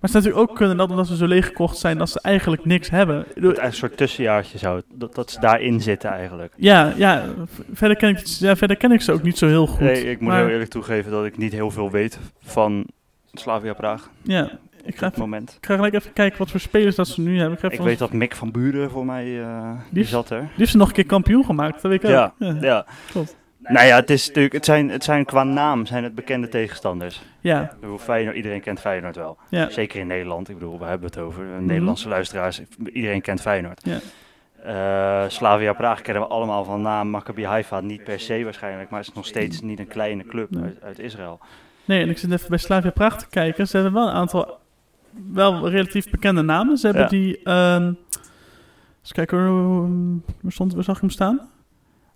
[SPEAKER 1] Maar het zou natuurlijk ook kunnen dat omdat ze zo leeggekocht zijn, dat ze eigenlijk niks hebben. Ik bedoel,
[SPEAKER 2] Dat een soort tussenjaartje zou het- dat, dat ze daarin zitten eigenlijk.
[SPEAKER 1] Ja, ja, v- verder ken ik, ja, verder ken ik ze ook niet zo heel goed.
[SPEAKER 2] Nee, ik moet
[SPEAKER 1] maar-
[SPEAKER 2] heel eerlijk toegeven dat ik niet heel veel weet van Slavia Praag op
[SPEAKER 1] Ja, ik ga,
[SPEAKER 2] dit
[SPEAKER 1] even,
[SPEAKER 2] moment.
[SPEAKER 1] ik ga gelijk even kijken wat voor spelers dat ze nu hebben. Ik, ga
[SPEAKER 2] Ik
[SPEAKER 1] even-
[SPEAKER 2] weet dat Mick van Buren voor mij, eh, die
[SPEAKER 1] Die-
[SPEAKER 2] zat er.
[SPEAKER 1] Die heeft ze nog een keer kampioen gemaakt, dat weet ik
[SPEAKER 2] Ja,
[SPEAKER 1] ook. Ja.
[SPEAKER 2] ja.
[SPEAKER 1] klopt.
[SPEAKER 2] Nou ja, het, is natuurlijk, het, zijn, het zijn qua naam zijn het bekende tegenstanders.
[SPEAKER 1] Ja,
[SPEAKER 2] Ik bedoel, Feyenoord, iedereen kent Feyenoord wel.
[SPEAKER 1] ja.
[SPEAKER 2] Zeker in Nederland. Ik bedoel, we hebben het over eh, Nederlandse luisteraars. Iedereen kent Feyenoord.
[SPEAKER 1] Mhm. Ja.
[SPEAKER 2] Eh, Slavia Praag kennen we allemaal van naam. Maccabi Haifa niet per se waarschijnlijk. Maar het is nog steeds niet een kleine club
[SPEAKER 1] Nee.
[SPEAKER 2] uit, uit Israël.
[SPEAKER 1] Nee, en ik zit even bij Slavia Praag te kijken. Ze hebben wel een aantal wel relatief bekende namen. Ze hebben
[SPEAKER 2] Ja.
[SPEAKER 1] die... ehm eens kijken, hoor, ehm, waar, stond, waar zag ik hem staan?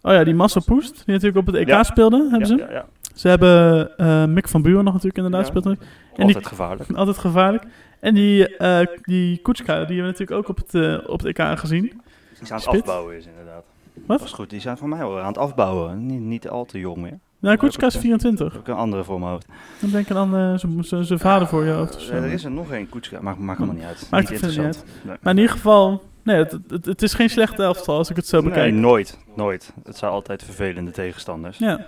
[SPEAKER 1] Oh ja, die Massa Poest, die natuurlijk op het EK
[SPEAKER 2] Ja.
[SPEAKER 1] speelde, hebben
[SPEAKER 2] Ja,
[SPEAKER 1] ze.
[SPEAKER 2] ja, ja.
[SPEAKER 1] Ze hebben eh, Mick van Buren nog natuurlijk inderdaad,
[SPEAKER 2] Ja.
[SPEAKER 1] speelt er. En die
[SPEAKER 2] Altijd gevaarlijk.
[SPEAKER 1] <laughs> Altijd gevaarlijk. En die, eh die Kutschka, die hebben we natuurlijk ook op het, eh, op het EK gezien.
[SPEAKER 2] Die zijn aan het
[SPEAKER 1] Spits?
[SPEAKER 2] afbouwen is inderdaad.
[SPEAKER 1] Wat?
[SPEAKER 2] Dat is goed. Die zijn voor mij al aan het afbouwen. Niet, niet al te jong meer.
[SPEAKER 1] Nou, Kutschka is 24.
[SPEAKER 2] Heb ik een andere voor mijn hoofd.
[SPEAKER 1] Dan denk ik aan eh, zijn vader voor je hoofd. of
[SPEAKER 2] Eh,
[SPEAKER 1] zo.
[SPEAKER 2] er is er nog één. Koetska. Maakt, maakt helemaal niet uit.
[SPEAKER 1] Hm. Maakt
[SPEAKER 2] niet
[SPEAKER 1] het verder niet
[SPEAKER 2] interessant. Nee.
[SPEAKER 1] Maar in ieder geval, nee, het, het, het is geen slecht elftal als ik het zo
[SPEAKER 2] Nee,
[SPEAKER 1] bekijk.
[SPEAKER 2] nooit. Nooit. Het zijn altijd vervelende tegenstanders.
[SPEAKER 1] Ja,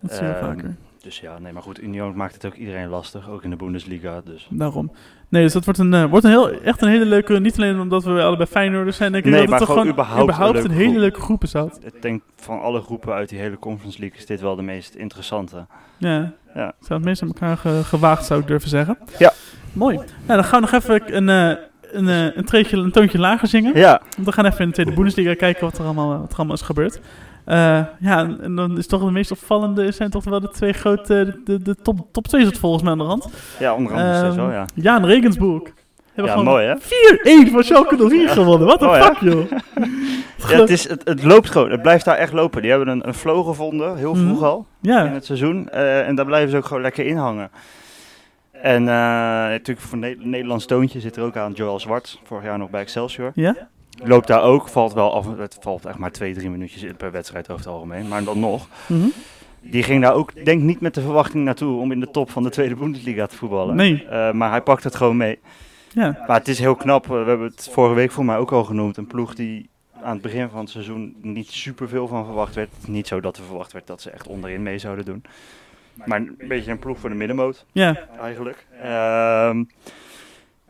[SPEAKER 1] dat zie je
[SPEAKER 2] Ehm,
[SPEAKER 1] vaker.
[SPEAKER 2] Dus ja, nee, maar goed, Union maakt het ook iedereen lastig, ook in de Bundesliga. Dus.
[SPEAKER 1] Daarom. Nee, dus dat wordt, een, eh, wordt een heel, echt een hele leuke, niet alleen omdat we allebei Feyenoorders zijn, denk ik
[SPEAKER 2] Nee,
[SPEAKER 1] dat
[SPEAKER 2] maar
[SPEAKER 1] het toch
[SPEAKER 2] gewoon
[SPEAKER 1] gewoon
[SPEAKER 2] überhaupt een
[SPEAKER 1] een,
[SPEAKER 2] leuke
[SPEAKER 1] hele
[SPEAKER 2] groep.
[SPEAKER 1] leuke groep is dat.
[SPEAKER 2] Ik denk van alle groepen uit die hele Conference League is dit wel de meest interessante.
[SPEAKER 1] Ja.
[SPEAKER 2] Ja.
[SPEAKER 1] Ze hebben het meest aan elkaar ge- gewaagd, zou ik durven zeggen.
[SPEAKER 2] Ja.
[SPEAKER 1] Mooi. Nou, dan gaan we nog even een, eh, een, eh, een, treetje, een toontje lager zingen.
[SPEAKER 2] Ja,
[SPEAKER 1] Want we gaan even in de Tweede Bundesliga kijken wat er allemaal, eh, wat er allemaal is gebeurd. Eh, ja, en, en dan is toch de meest opvallende, zijn toch wel de twee grote, de, de, de top, top twee is het volgens mij aan de rand.
[SPEAKER 2] ja onder andere is dat
[SPEAKER 1] Ehm,
[SPEAKER 2] zo, ja.
[SPEAKER 1] Jaan Regensburg.
[SPEAKER 2] Ja,
[SPEAKER 1] gewoon
[SPEAKER 2] mooi hè?
[SPEAKER 1] 4-1 van Schalke 04 gewonnen. Wat een
[SPEAKER 2] Mooi, hè?
[SPEAKER 1] fuck, joh.
[SPEAKER 2] Ja, het, is, het, het loopt gewoon, het blijft daar echt lopen. Die hebben een, een flow gevonden, heel
[SPEAKER 1] Mhm.
[SPEAKER 2] vroeg al, in
[SPEAKER 1] Ja,
[SPEAKER 2] het seizoen. eh, en daar blijven ze ook gewoon lekker in hangen. En eh, natuurlijk voor Ne- Nederlands toontje zit er ook aan Joel Zwart, vorig jaar nog bij Excelsior.
[SPEAKER 1] ja,
[SPEAKER 2] Loopt daar ook, valt wel af, het valt echt maar twee, drie minuutjes in per wedstrijd over het algemeen. Maar dan nog.
[SPEAKER 1] Mhm.
[SPEAKER 2] Die ging daar ook, denk niet met de verwachting naartoe om in de top van de tweede Bundesliga te voetballen.
[SPEAKER 1] Nee.
[SPEAKER 2] Eh, maar hij pakt het gewoon mee.
[SPEAKER 1] ja,
[SPEAKER 2] Maar het is heel knap. eh, We hebben het vorige week voor mij ook al genoemd. Een ploeg die aan het begin van het seizoen niet superveel van verwacht werd. Niet zo dat er verwacht werd dat ze echt onderin mee zouden doen. Maar een beetje een ploeg voor de middenmoot
[SPEAKER 1] ja.
[SPEAKER 2] eigenlijk. Ehm,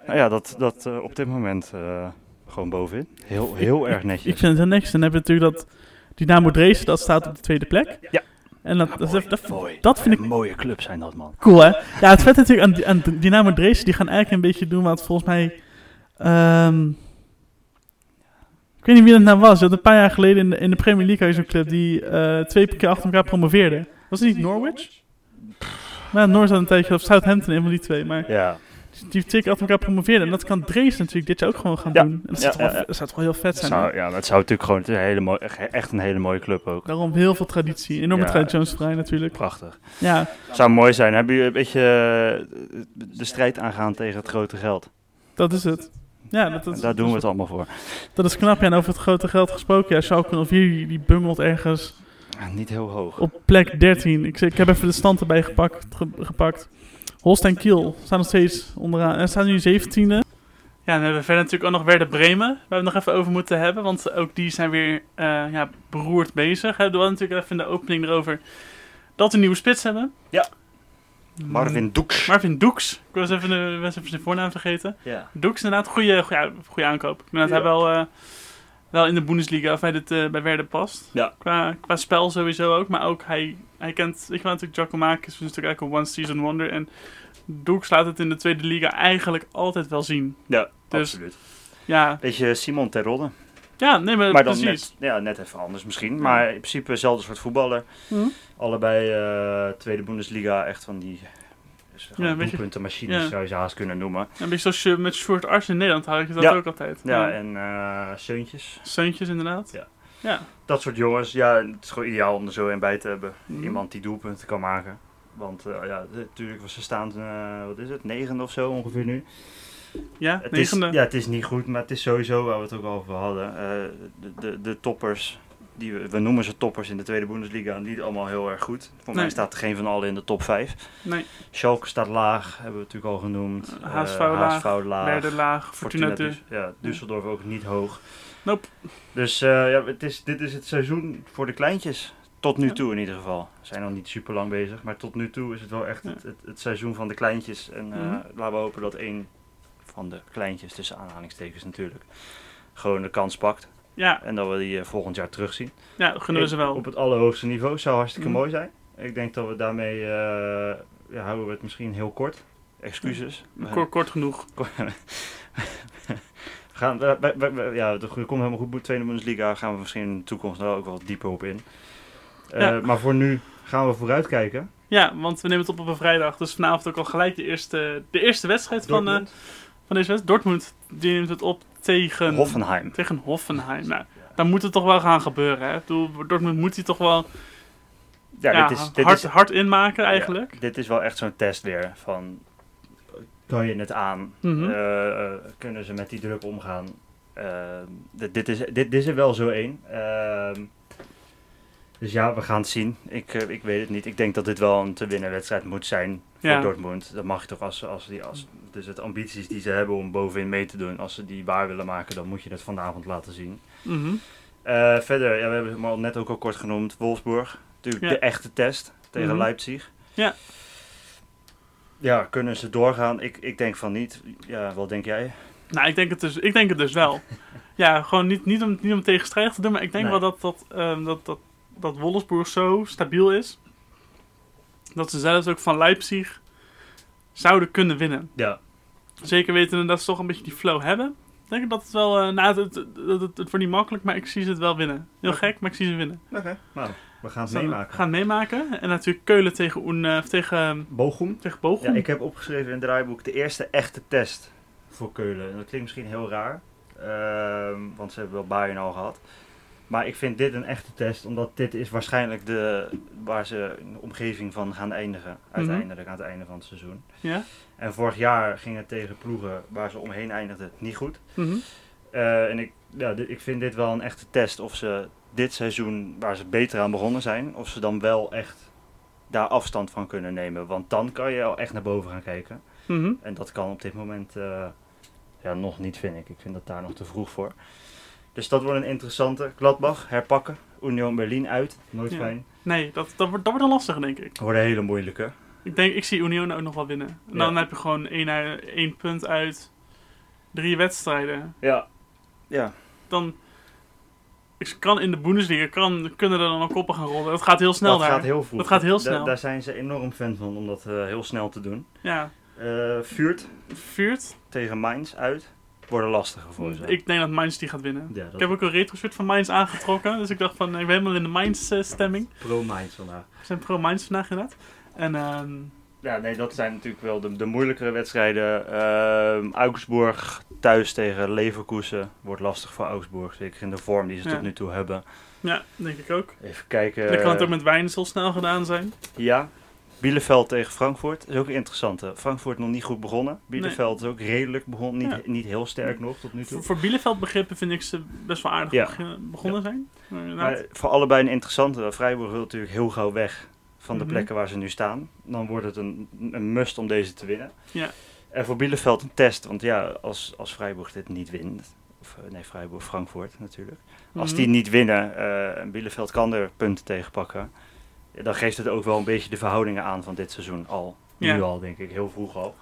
[SPEAKER 2] nou ja, dat, dat eh, op dit moment eh, gewoon bovenin. Heel, heel erg netjes.
[SPEAKER 1] Ik vind het heel netjes. Dan hebben we natuurlijk dat Dynamo Dresden, dat staat op de tweede plek.
[SPEAKER 2] Ja.
[SPEAKER 1] En dat, dat, dat,
[SPEAKER 2] Mooi.
[SPEAKER 1] dat vind ik
[SPEAKER 2] Een mooie club zijn dat, man.
[SPEAKER 1] Cool, hè? Ja, het vet natuurlijk aan, aan Dynamo Dresden, die gaan eigenlijk een beetje doen wat volgens mij... ehm, ik weet niet wie dat nou was. Dat een paar jaar geleden in de, in de Premier League had je zo'n club die eh, twee keer achter elkaar promoveerde. Was het niet Norwich? Nou, Norwich had een tijdje, of Southampton, een van die twee. Maar
[SPEAKER 2] Ja,
[SPEAKER 1] die twee keer achter elkaar promoveerden. En dat kan Dresden natuurlijk dit jaar ook gewoon gaan
[SPEAKER 2] Ja.
[SPEAKER 1] doen. En dat,
[SPEAKER 2] Ja,
[SPEAKER 1] zou toch wel,
[SPEAKER 2] ja, ja.
[SPEAKER 1] dat zou toch wel heel vet
[SPEAKER 2] het
[SPEAKER 1] zijn.
[SPEAKER 2] zou,
[SPEAKER 1] hè?
[SPEAKER 2] ja, maar het zou natuurlijk gewoon... Het is een hele mooie, echt- echt een hele mooie club ook.
[SPEAKER 1] Daarom heel veel traditie. Enorme
[SPEAKER 2] Ja.
[SPEAKER 1] traditie, traditionsvrij natuurlijk.
[SPEAKER 2] Prachtig.
[SPEAKER 1] Ja,
[SPEAKER 2] Zou mooi zijn. Hebben jullie een beetje eh, de strijd aangaan tegen het grote geld?
[SPEAKER 1] dat is het. Ja, dat, dat,
[SPEAKER 2] En daar doen we het allemaal voor.
[SPEAKER 1] dat is knap. Ja, en over het grote geld gesproken. Ja, Schalke 04 die bummelt ergens
[SPEAKER 2] Ah, Niet heel hoog.
[SPEAKER 1] op plek 13. Ik, zeg- ik heb even de stand erbij gepakt. ge- gepakt. Holstein Kiel staan nog steeds onderaan. En staan nu 17e. Ja, dan hebben we verder natuurlijk ook nog Werder Bremen. Waar we het nog even over moeten hebben. Want ook die zijn weer eh, ja, beroerd bezig. We hadden natuurlijk even in de opening erover dat we een nieuwe spits hebben.
[SPEAKER 2] Ja.
[SPEAKER 1] Mm,
[SPEAKER 2] Marvin Doeks.
[SPEAKER 1] Marvin Doeks. Ik was even, de- was even zijn voornaam vergeten.
[SPEAKER 2] Ja.
[SPEAKER 1] Doeks inderdaad, goede, goede, goede aankoop. Inderdaad,
[SPEAKER 2] Ja.
[SPEAKER 1] hij wel, eh, wel in de Bundesliga of hij dit eh, bij Werder past.
[SPEAKER 2] Ja.
[SPEAKER 1] Qua, qua spel sowieso ook, maar ook hij, hij kent, ik weet natuurlijk Giacomakis, is natuurlijk eigenlijk een one-season wonder. En Doeks laat het in de tweede liga eigenlijk altijd wel zien.
[SPEAKER 2] ja,
[SPEAKER 1] Dus-
[SPEAKER 2] absoluut.
[SPEAKER 1] Ja,
[SPEAKER 2] Beetje Simon ter Rodde.
[SPEAKER 1] ja nee, maar,
[SPEAKER 2] Maar dan
[SPEAKER 1] Eh, precies.
[SPEAKER 2] net, ja, net even anders misschien. Maar in principe hetzelfde soort voetballer.
[SPEAKER 1] Mhm.
[SPEAKER 2] Allebei eh, Tweede Bundesliga, echt van die
[SPEAKER 1] Ja, een beetje-
[SPEAKER 2] puntenmachines
[SPEAKER 1] ja.
[SPEAKER 2] zou je ze haast kunnen noemen.
[SPEAKER 1] Een beetje zoals je met Sjoerd Ars in Nederland had je dat
[SPEAKER 2] Ja.
[SPEAKER 1] ook altijd.
[SPEAKER 2] Ja, en eh Seuntjes.
[SPEAKER 1] Seuntjes inderdaad.
[SPEAKER 2] Ja.
[SPEAKER 1] Ja,
[SPEAKER 2] Dat soort jongens, ja, het is gewoon ideaal om er zo een bij te hebben.
[SPEAKER 1] Mhm.
[SPEAKER 2] Iemand die doelpunten kan maken. Want eh, ja, natuurlijk was ze staan, eh, wat is het, negende of zo ongeveer nu.
[SPEAKER 1] ja
[SPEAKER 2] Het is,
[SPEAKER 1] negende.
[SPEAKER 2] ja, het is niet goed, maar het is sowieso waar we het ook al over hadden. Eh, de, de, de toppers, die we, we noemen ze toppers in de Tweede Bundesliga, niet allemaal heel erg goed. Voor mij
[SPEAKER 1] Nee.
[SPEAKER 2] staat er geen van allen in de top 5.
[SPEAKER 1] Nee.
[SPEAKER 2] Schalke staat laag, hebben we natuurlijk al genoemd.
[SPEAKER 1] Eh,
[SPEAKER 2] Eh,
[SPEAKER 1] HSV laag,
[SPEAKER 2] HSV laag.
[SPEAKER 1] Derde laag, Fortuna,
[SPEAKER 2] Ah, Fortuna,
[SPEAKER 1] Fortuna
[SPEAKER 2] Dus- ja, Düsseldorf ook niet hoog.
[SPEAKER 1] Nope.
[SPEAKER 2] Dus eh, ja, het is, dit is het seizoen voor de kleintjes. Tot nu
[SPEAKER 1] Ja.
[SPEAKER 2] toe in ieder geval. We zijn nog niet super lang bezig, maar tot nu toe is het wel echt
[SPEAKER 1] Ja.
[SPEAKER 2] het, het, het seizoen van de kleintjes. En eh,
[SPEAKER 1] Mhm.
[SPEAKER 2] laten we hopen dat één van de kleintjes, tussen aanhalingstekens natuurlijk, gewoon de kans pakt.
[SPEAKER 1] Ja,
[SPEAKER 2] En dat we die eh, volgend jaar terugzien.
[SPEAKER 1] ja, dat gunnen we ze wel.
[SPEAKER 2] Op het allerhoogste niveau zou hartstikke
[SPEAKER 1] Mhm.
[SPEAKER 2] mooi zijn. Ik denk dat we daarmee eh, ja, houden we het misschien heel kort. Excuses. Eh,
[SPEAKER 1] Kort, kort genoeg.
[SPEAKER 2] we gaan, we, we- we- we- ja, het komt helemaal goed. Boet Tweede Bundesliga gaan we misschien in de toekomst wel ook wel dieper op in. Eh,
[SPEAKER 1] Ja.
[SPEAKER 2] Maar voor nu gaan we vooruitkijken.
[SPEAKER 1] Ja, want we nemen het op op een vrijdag. Dus vanavond ook al gelijk de eerste, de eerste wedstrijd van, eh,
[SPEAKER 2] Dortmund,
[SPEAKER 1] van deze wedstrijd. Dortmund die neemt het op tegen
[SPEAKER 2] Hoffenheim.
[SPEAKER 1] Tegen Hoffenheim. Nou, dan moet het toch wel gaan gebeuren. Hè? Ik bedoel, Dortmund moet hij toch wel
[SPEAKER 2] Ja,
[SPEAKER 1] ja,
[SPEAKER 2] dit, is, dit,
[SPEAKER 1] hard,
[SPEAKER 2] is,
[SPEAKER 1] hard inmaken eigenlijk.
[SPEAKER 2] ja, dit is wel echt zo'n test weer. Van, kan je het aan?
[SPEAKER 1] Mhm.
[SPEAKER 2] Eh, eh, kunnen ze met die druk omgaan? Eh, dit, dit, is, dit, dit is er wel zo één. Ehm, dus ja, we gaan het zien. Ik, eh, ik weet het niet. Ik denk dat dit wel een te winnen wedstrijd moet zijn voor
[SPEAKER 1] Ja.
[SPEAKER 2] Dortmund. Dat mag je toch als, als die als dus het ambities die ze hebben om bovenin mee te doen, als ze die waar willen maken, dan moet je dat vanavond laten zien.
[SPEAKER 1] Mhm.
[SPEAKER 2] Eh, verder, ja, we hebben hem al net ook al kort genoemd, Wolfsburg. Natuurlijk
[SPEAKER 1] Ja.
[SPEAKER 2] de echte test tegen
[SPEAKER 1] Mhm.
[SPEAKER 2] Leipzig.
[SPEAKER 1] Ja.
[SPEAKER 2] Ja, kunnen ze doorgaan? Ik, ik denk van niet. Ja, wat denk jij?
[SPEAKER 1] Nou, ik denk het dus, ik denk het dus
[SPEAKER 2] <laughs>
[SPEAKER 1] wel. ja, gewoon niet, niet, om, niet om tegenstrijdig te doen, maar ik denk
[SPEAKER 2] Nee.
[SPEAKER 1] wel dat, dat, ehm, dat, dat, dat Wolfsburg zo stabiel is. Dat ze zelfs ook van Leipzig zouden kunnen winnen.
[SPEAKER 2] Ja,
[SPEAKER 1] Zeker weten dat ze toch een beetje die flow hebben. Ik denk dat het wel, eh, na het, het, het, het- het wordt niet makkelijk, maar ik zie ze het wel winnen. Heel gek, maar ik zie ze winnen.
[SPEAKER 2] oké. Nou, we gaan het
[SPEAKER 1] Ze
[SPEAKER 2] meemaken.
[SPEAKER 1] gaan meemaken. En natuurlijk Keulen tegen, Oen, eh, of tegen,
[SPEAKER 2] Bochum?
[SPEAKER 1] tegen Bochum.
[SPEAKER 2] Ja, ik heb opgeschreven in het draaiboek de eerste echte test voor Keulen. En dat klinkt misschien heel raar, ehm, want ze hebben wel Bayern al gehad. Maar ik vind dit een echte test, omdat dit is waarschijnlijk de, waar ze in de omgeving van gaan eindigen.
[SPEAKER 1] Mhm.
[SPEAKER 2] Uiteindelijk aan het einde van het seizoen.
[SPEAKER 1] Ja?
[SPEAKER 2] En vorig jaar ging het tegen ploegen waar ze omheen eindigden niet goed.
[SPEAKER 1] Mhm.
[SPEAKER 2] Eh, en ik, ja, dit- ik vind dit wel een echte test of ze dit seizoen, waar ze beter aan begonnen zijn, of ze dan wel echt daar afstand van kunnen nemen. Want dan kan je al echt naar boven gaan kijken.
[SPEAKER 1] Mhm.
[SPEAKER 2] En dat kan op dit moment eh, ja, nog niet, vind ik. Ik vind dat daar nog te vroeg voor. Dus dat wordt een interessante. Gladbach herpakken. Union Berlin uit. Nooit
[SPEAKER 1] Ja.
[SPEAKER 2] fijn.
[SPEAKER 1] Nee, dat, dat, wordt, dat wordt een lastige, denk ik.
[SPEAKER 2] Wordt een hele moeilijke.
[SPEAKER 1] Ik denk, ik zie Union ook nog wel winnen. En
[SPEAKER 2] Ja.
[SPEAKER 1] dan heb je gewoon één, uit- één punt uit drie wedstrijden.
[SPEAKER 2] Ja. Ja.
[SPEAKER 1] Dan ik kan in de Bundesliga kan, kunnen er dan al koppen gaan rollen. Dat gaat heel snel
[SPEAKER 2] dat
[SPEAKER 1] daar.
[SPEAKER 2] gaat heel vroeg.
[SPEAKER 1] Dat gaat heel
[SPEAKER 2] Da-
[SPEAKER 1] snel.
[SPEAKER 2] Daar zijn ze enorm fan van om dat eh, heel snel te doen.
[SPEAKER 1] Ja,
[SPEAKER 2] Eh Vuurt
[SPEAKER 1] Vuurt.
[SPEAKER 2] tegen Mainz uit. Worden lastiger voor ze.
[SPEAKER 1] Ik denk dat Mainz die gaat winnen.
[SPEAKER 2] Ja, dat
[SPEAKER 1] Ik heb ook een retro shirt van Mainz aangetrokken. Dus ik dacht van, ik ben helemaal in de Mainz eh, stemming.
[SPEAKER 2] pro-minds vandaag.
[SPEAKER 1] We zijn pro-Mainz vandaag inderdaad. En ehm,
[SPEAKER 2] Ja, nee, dat zijn natuurlijk wel de, de moeilijkere wedstrijden. Ehm, Augsburg thuis tegen Leverkusen wordt lastig voor Augsburg. Zeker in de vorm die ze
[SPEAKER 1] Ja.
[SPEAKER 2] tot nu toe hebben.
[SPEAKER 1] ja, denk ik ook.
[SPEAKER 2] Even kijken.
[SPEAKER 1] Dan kan het ook met wijn zo snel gedaan zijn.
[SPEAKER 2] Ja, Bielefeld tegen Frankfurt is ook een interessante. Frankfurt nog niet goed begonnen. Bielefeld is ook redelijk begonnen. Niet, niet heel sterk nog tot nu toe.
[SPEAKER 1] Voor, voor Bielefeld begrippen vind ik ze best wel aardig
[SPEAKER 2] Ja.
[SPEAKER 1] beg- begonnen zijn. Maar inderdaad.
[SPEAKER 2] Maar voor allebei een interessante. Freiburg wil natuurlijk heel gauw weg van de
[SPEAKER 1] Mhm.
[SPEAKER 2] plekken waar ze nu staan. Dan wordt het een, een must om deze te winnen.
[SPEAKER 1] Ja.
[SPEAKER 2] En voor Bielefeld een test. Want ja, als, als Freiburg dit niet wint. Of, eh, nee, Freiburg, Frankfurt natuurlijk. Als die
[SPEAKER 1] Mhm.
[SPEAKER 2] niet winnen eh, en Bielefeld kan er punten tegen pakken. ja, Dan geeft het ook wel een beetje de verhoudingen aan van dit seizoen al.
[SPEAKER 1] Ja.
[SPEAKER 2] Nu al, denk ik. Heel vroeg al.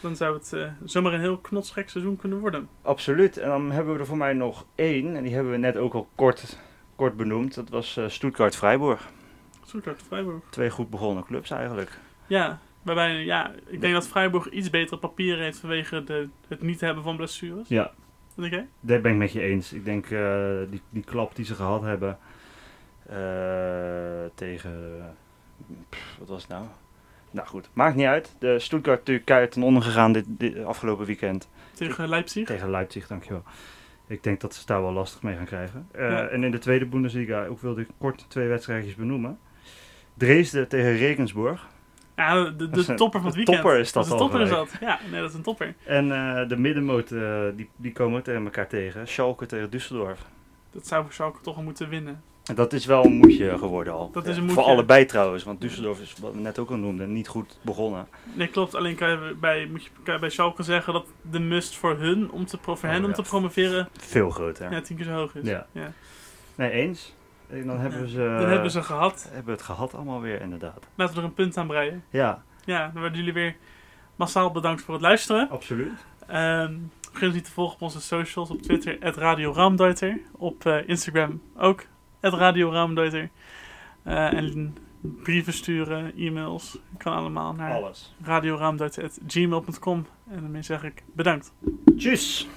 [SPEAKER 1] Dan zou het eh, zomaar een heel knotsgek seizoen kunnen worden.
[SPEAKER 2] Absoluut. En dan hebben we er voor mij nog één. En die hebben we net ook al kort, kort benoemd. Dat was eh Stuttgart-Freiburg.
[SPEAKER 1] Stuttgart Freiburg.
[SPEAKER 2] Twee goed begonnen clubs eigenlijk.
[SPEAKER 1] Ja, waarbij ja, ik denk dat Freiburg iets betere papieren heeft vanwege de, het niet hebben van blessures.
[SPEAKER 2] Ja.
[SPEAKER 1] Wat Denk jij?
[SPEAKER 2] Daar ben ik met je eens. Ik denk eh, die, die klap die ze gehad hebben eh, tegen. pff, wat was het nou? Nou goed, maakt niet uit. De Stuttgart natuurlijk keihard ten onder gegaan dit, dit afgelopen weekend.
[SPEAKER 1] Tegen Leipzig.
[SPEAKER 2] Tegen Leipzig, dankjewel. Ik denk dat ze het daar wel lastig mee gaan krijgen. Eh,
[SPEAKER 1] Ja.
[SPEAKER 2] En in de tweede Bundesliga, ook wilde ik kort twee wedstrijdjes benoemen. Dresden tegen Regensburg.
[SPEAKER 1] Ja, de,
[SPEAKER 2] Dat is <laughs>
[SPEAKER 1] de
[SPEAKER 2] een-
[SPEAKER 1] topper van het
[SPEAKER 2] de
[SPEAKER 1] weekend.
[SPEAKER 2] topper is dat
[SPEAKER 1] een
[SPEAKER 2] al
[SPEAKER 1] topper is dat. Ja, nee, dat is een topper.
[SPEAKER 2] En eh, de middenmoot, eh, die, die komen tegen elkaar tegen. Schalke tegen Düsseldorf.
[SPEAKER 1] Dat zou voor Schalke toch al moeten winnen.
[SPEAKER 2] En Dat is wel een moedje geworden al.
[SPEAKER 1] Dat is een
[SPEAKER 2] Ja,
[SPEAKER 1] moedje.
[SPEAKER 2] Voor allebei trouwens, want Düsseldorf is, wat we net ook al noemden, niet goed begonnen.
[SPEAKER 1] Nee, klopt. Alleen kan je bij, moet je, kan je bij Schalke zeggen dat de must voor hun om te, pro- voor
[SPEAKER 2] Oh,
[SPEAKER 1] hen om
[SPEAKER 2] ja.
[SPEAKER 1] te promoveren
[SPEAKER 2] Veel groter.
[SPEAKER 1] ja. tien keer zo hoog is.
[SPEAKER 2] Ja. Eh, Nee, eens. En dan hebben ze,
[SPEAKER 1] Dan hebben ze gehad.
[SPEAKER 2] hebben het gehad allemaal weer, inderdaad.
[SPEAKER 1] Laten we er een punt aan breien.
[SPEAKER 2] Ja,
[SPEAKER 1] Ja, dan worden jullie weer massaal bedankt voor het luisteren.
[SPEAKER 2] absoluut.
[SPEAKER 1] Ehm vergeet ons niet te volgen op onze socials. Op Twitter, Radio Op eh, Instagram ook, Radio en brieven sturen, e-mails. Kan allemaal naar
[SPEAKER 2] Alles.
[SPEAKER 1] radioraamduiter.gmail.com. En daarmee zeg ik bedankt.
[SPEAKER 2] Tjus!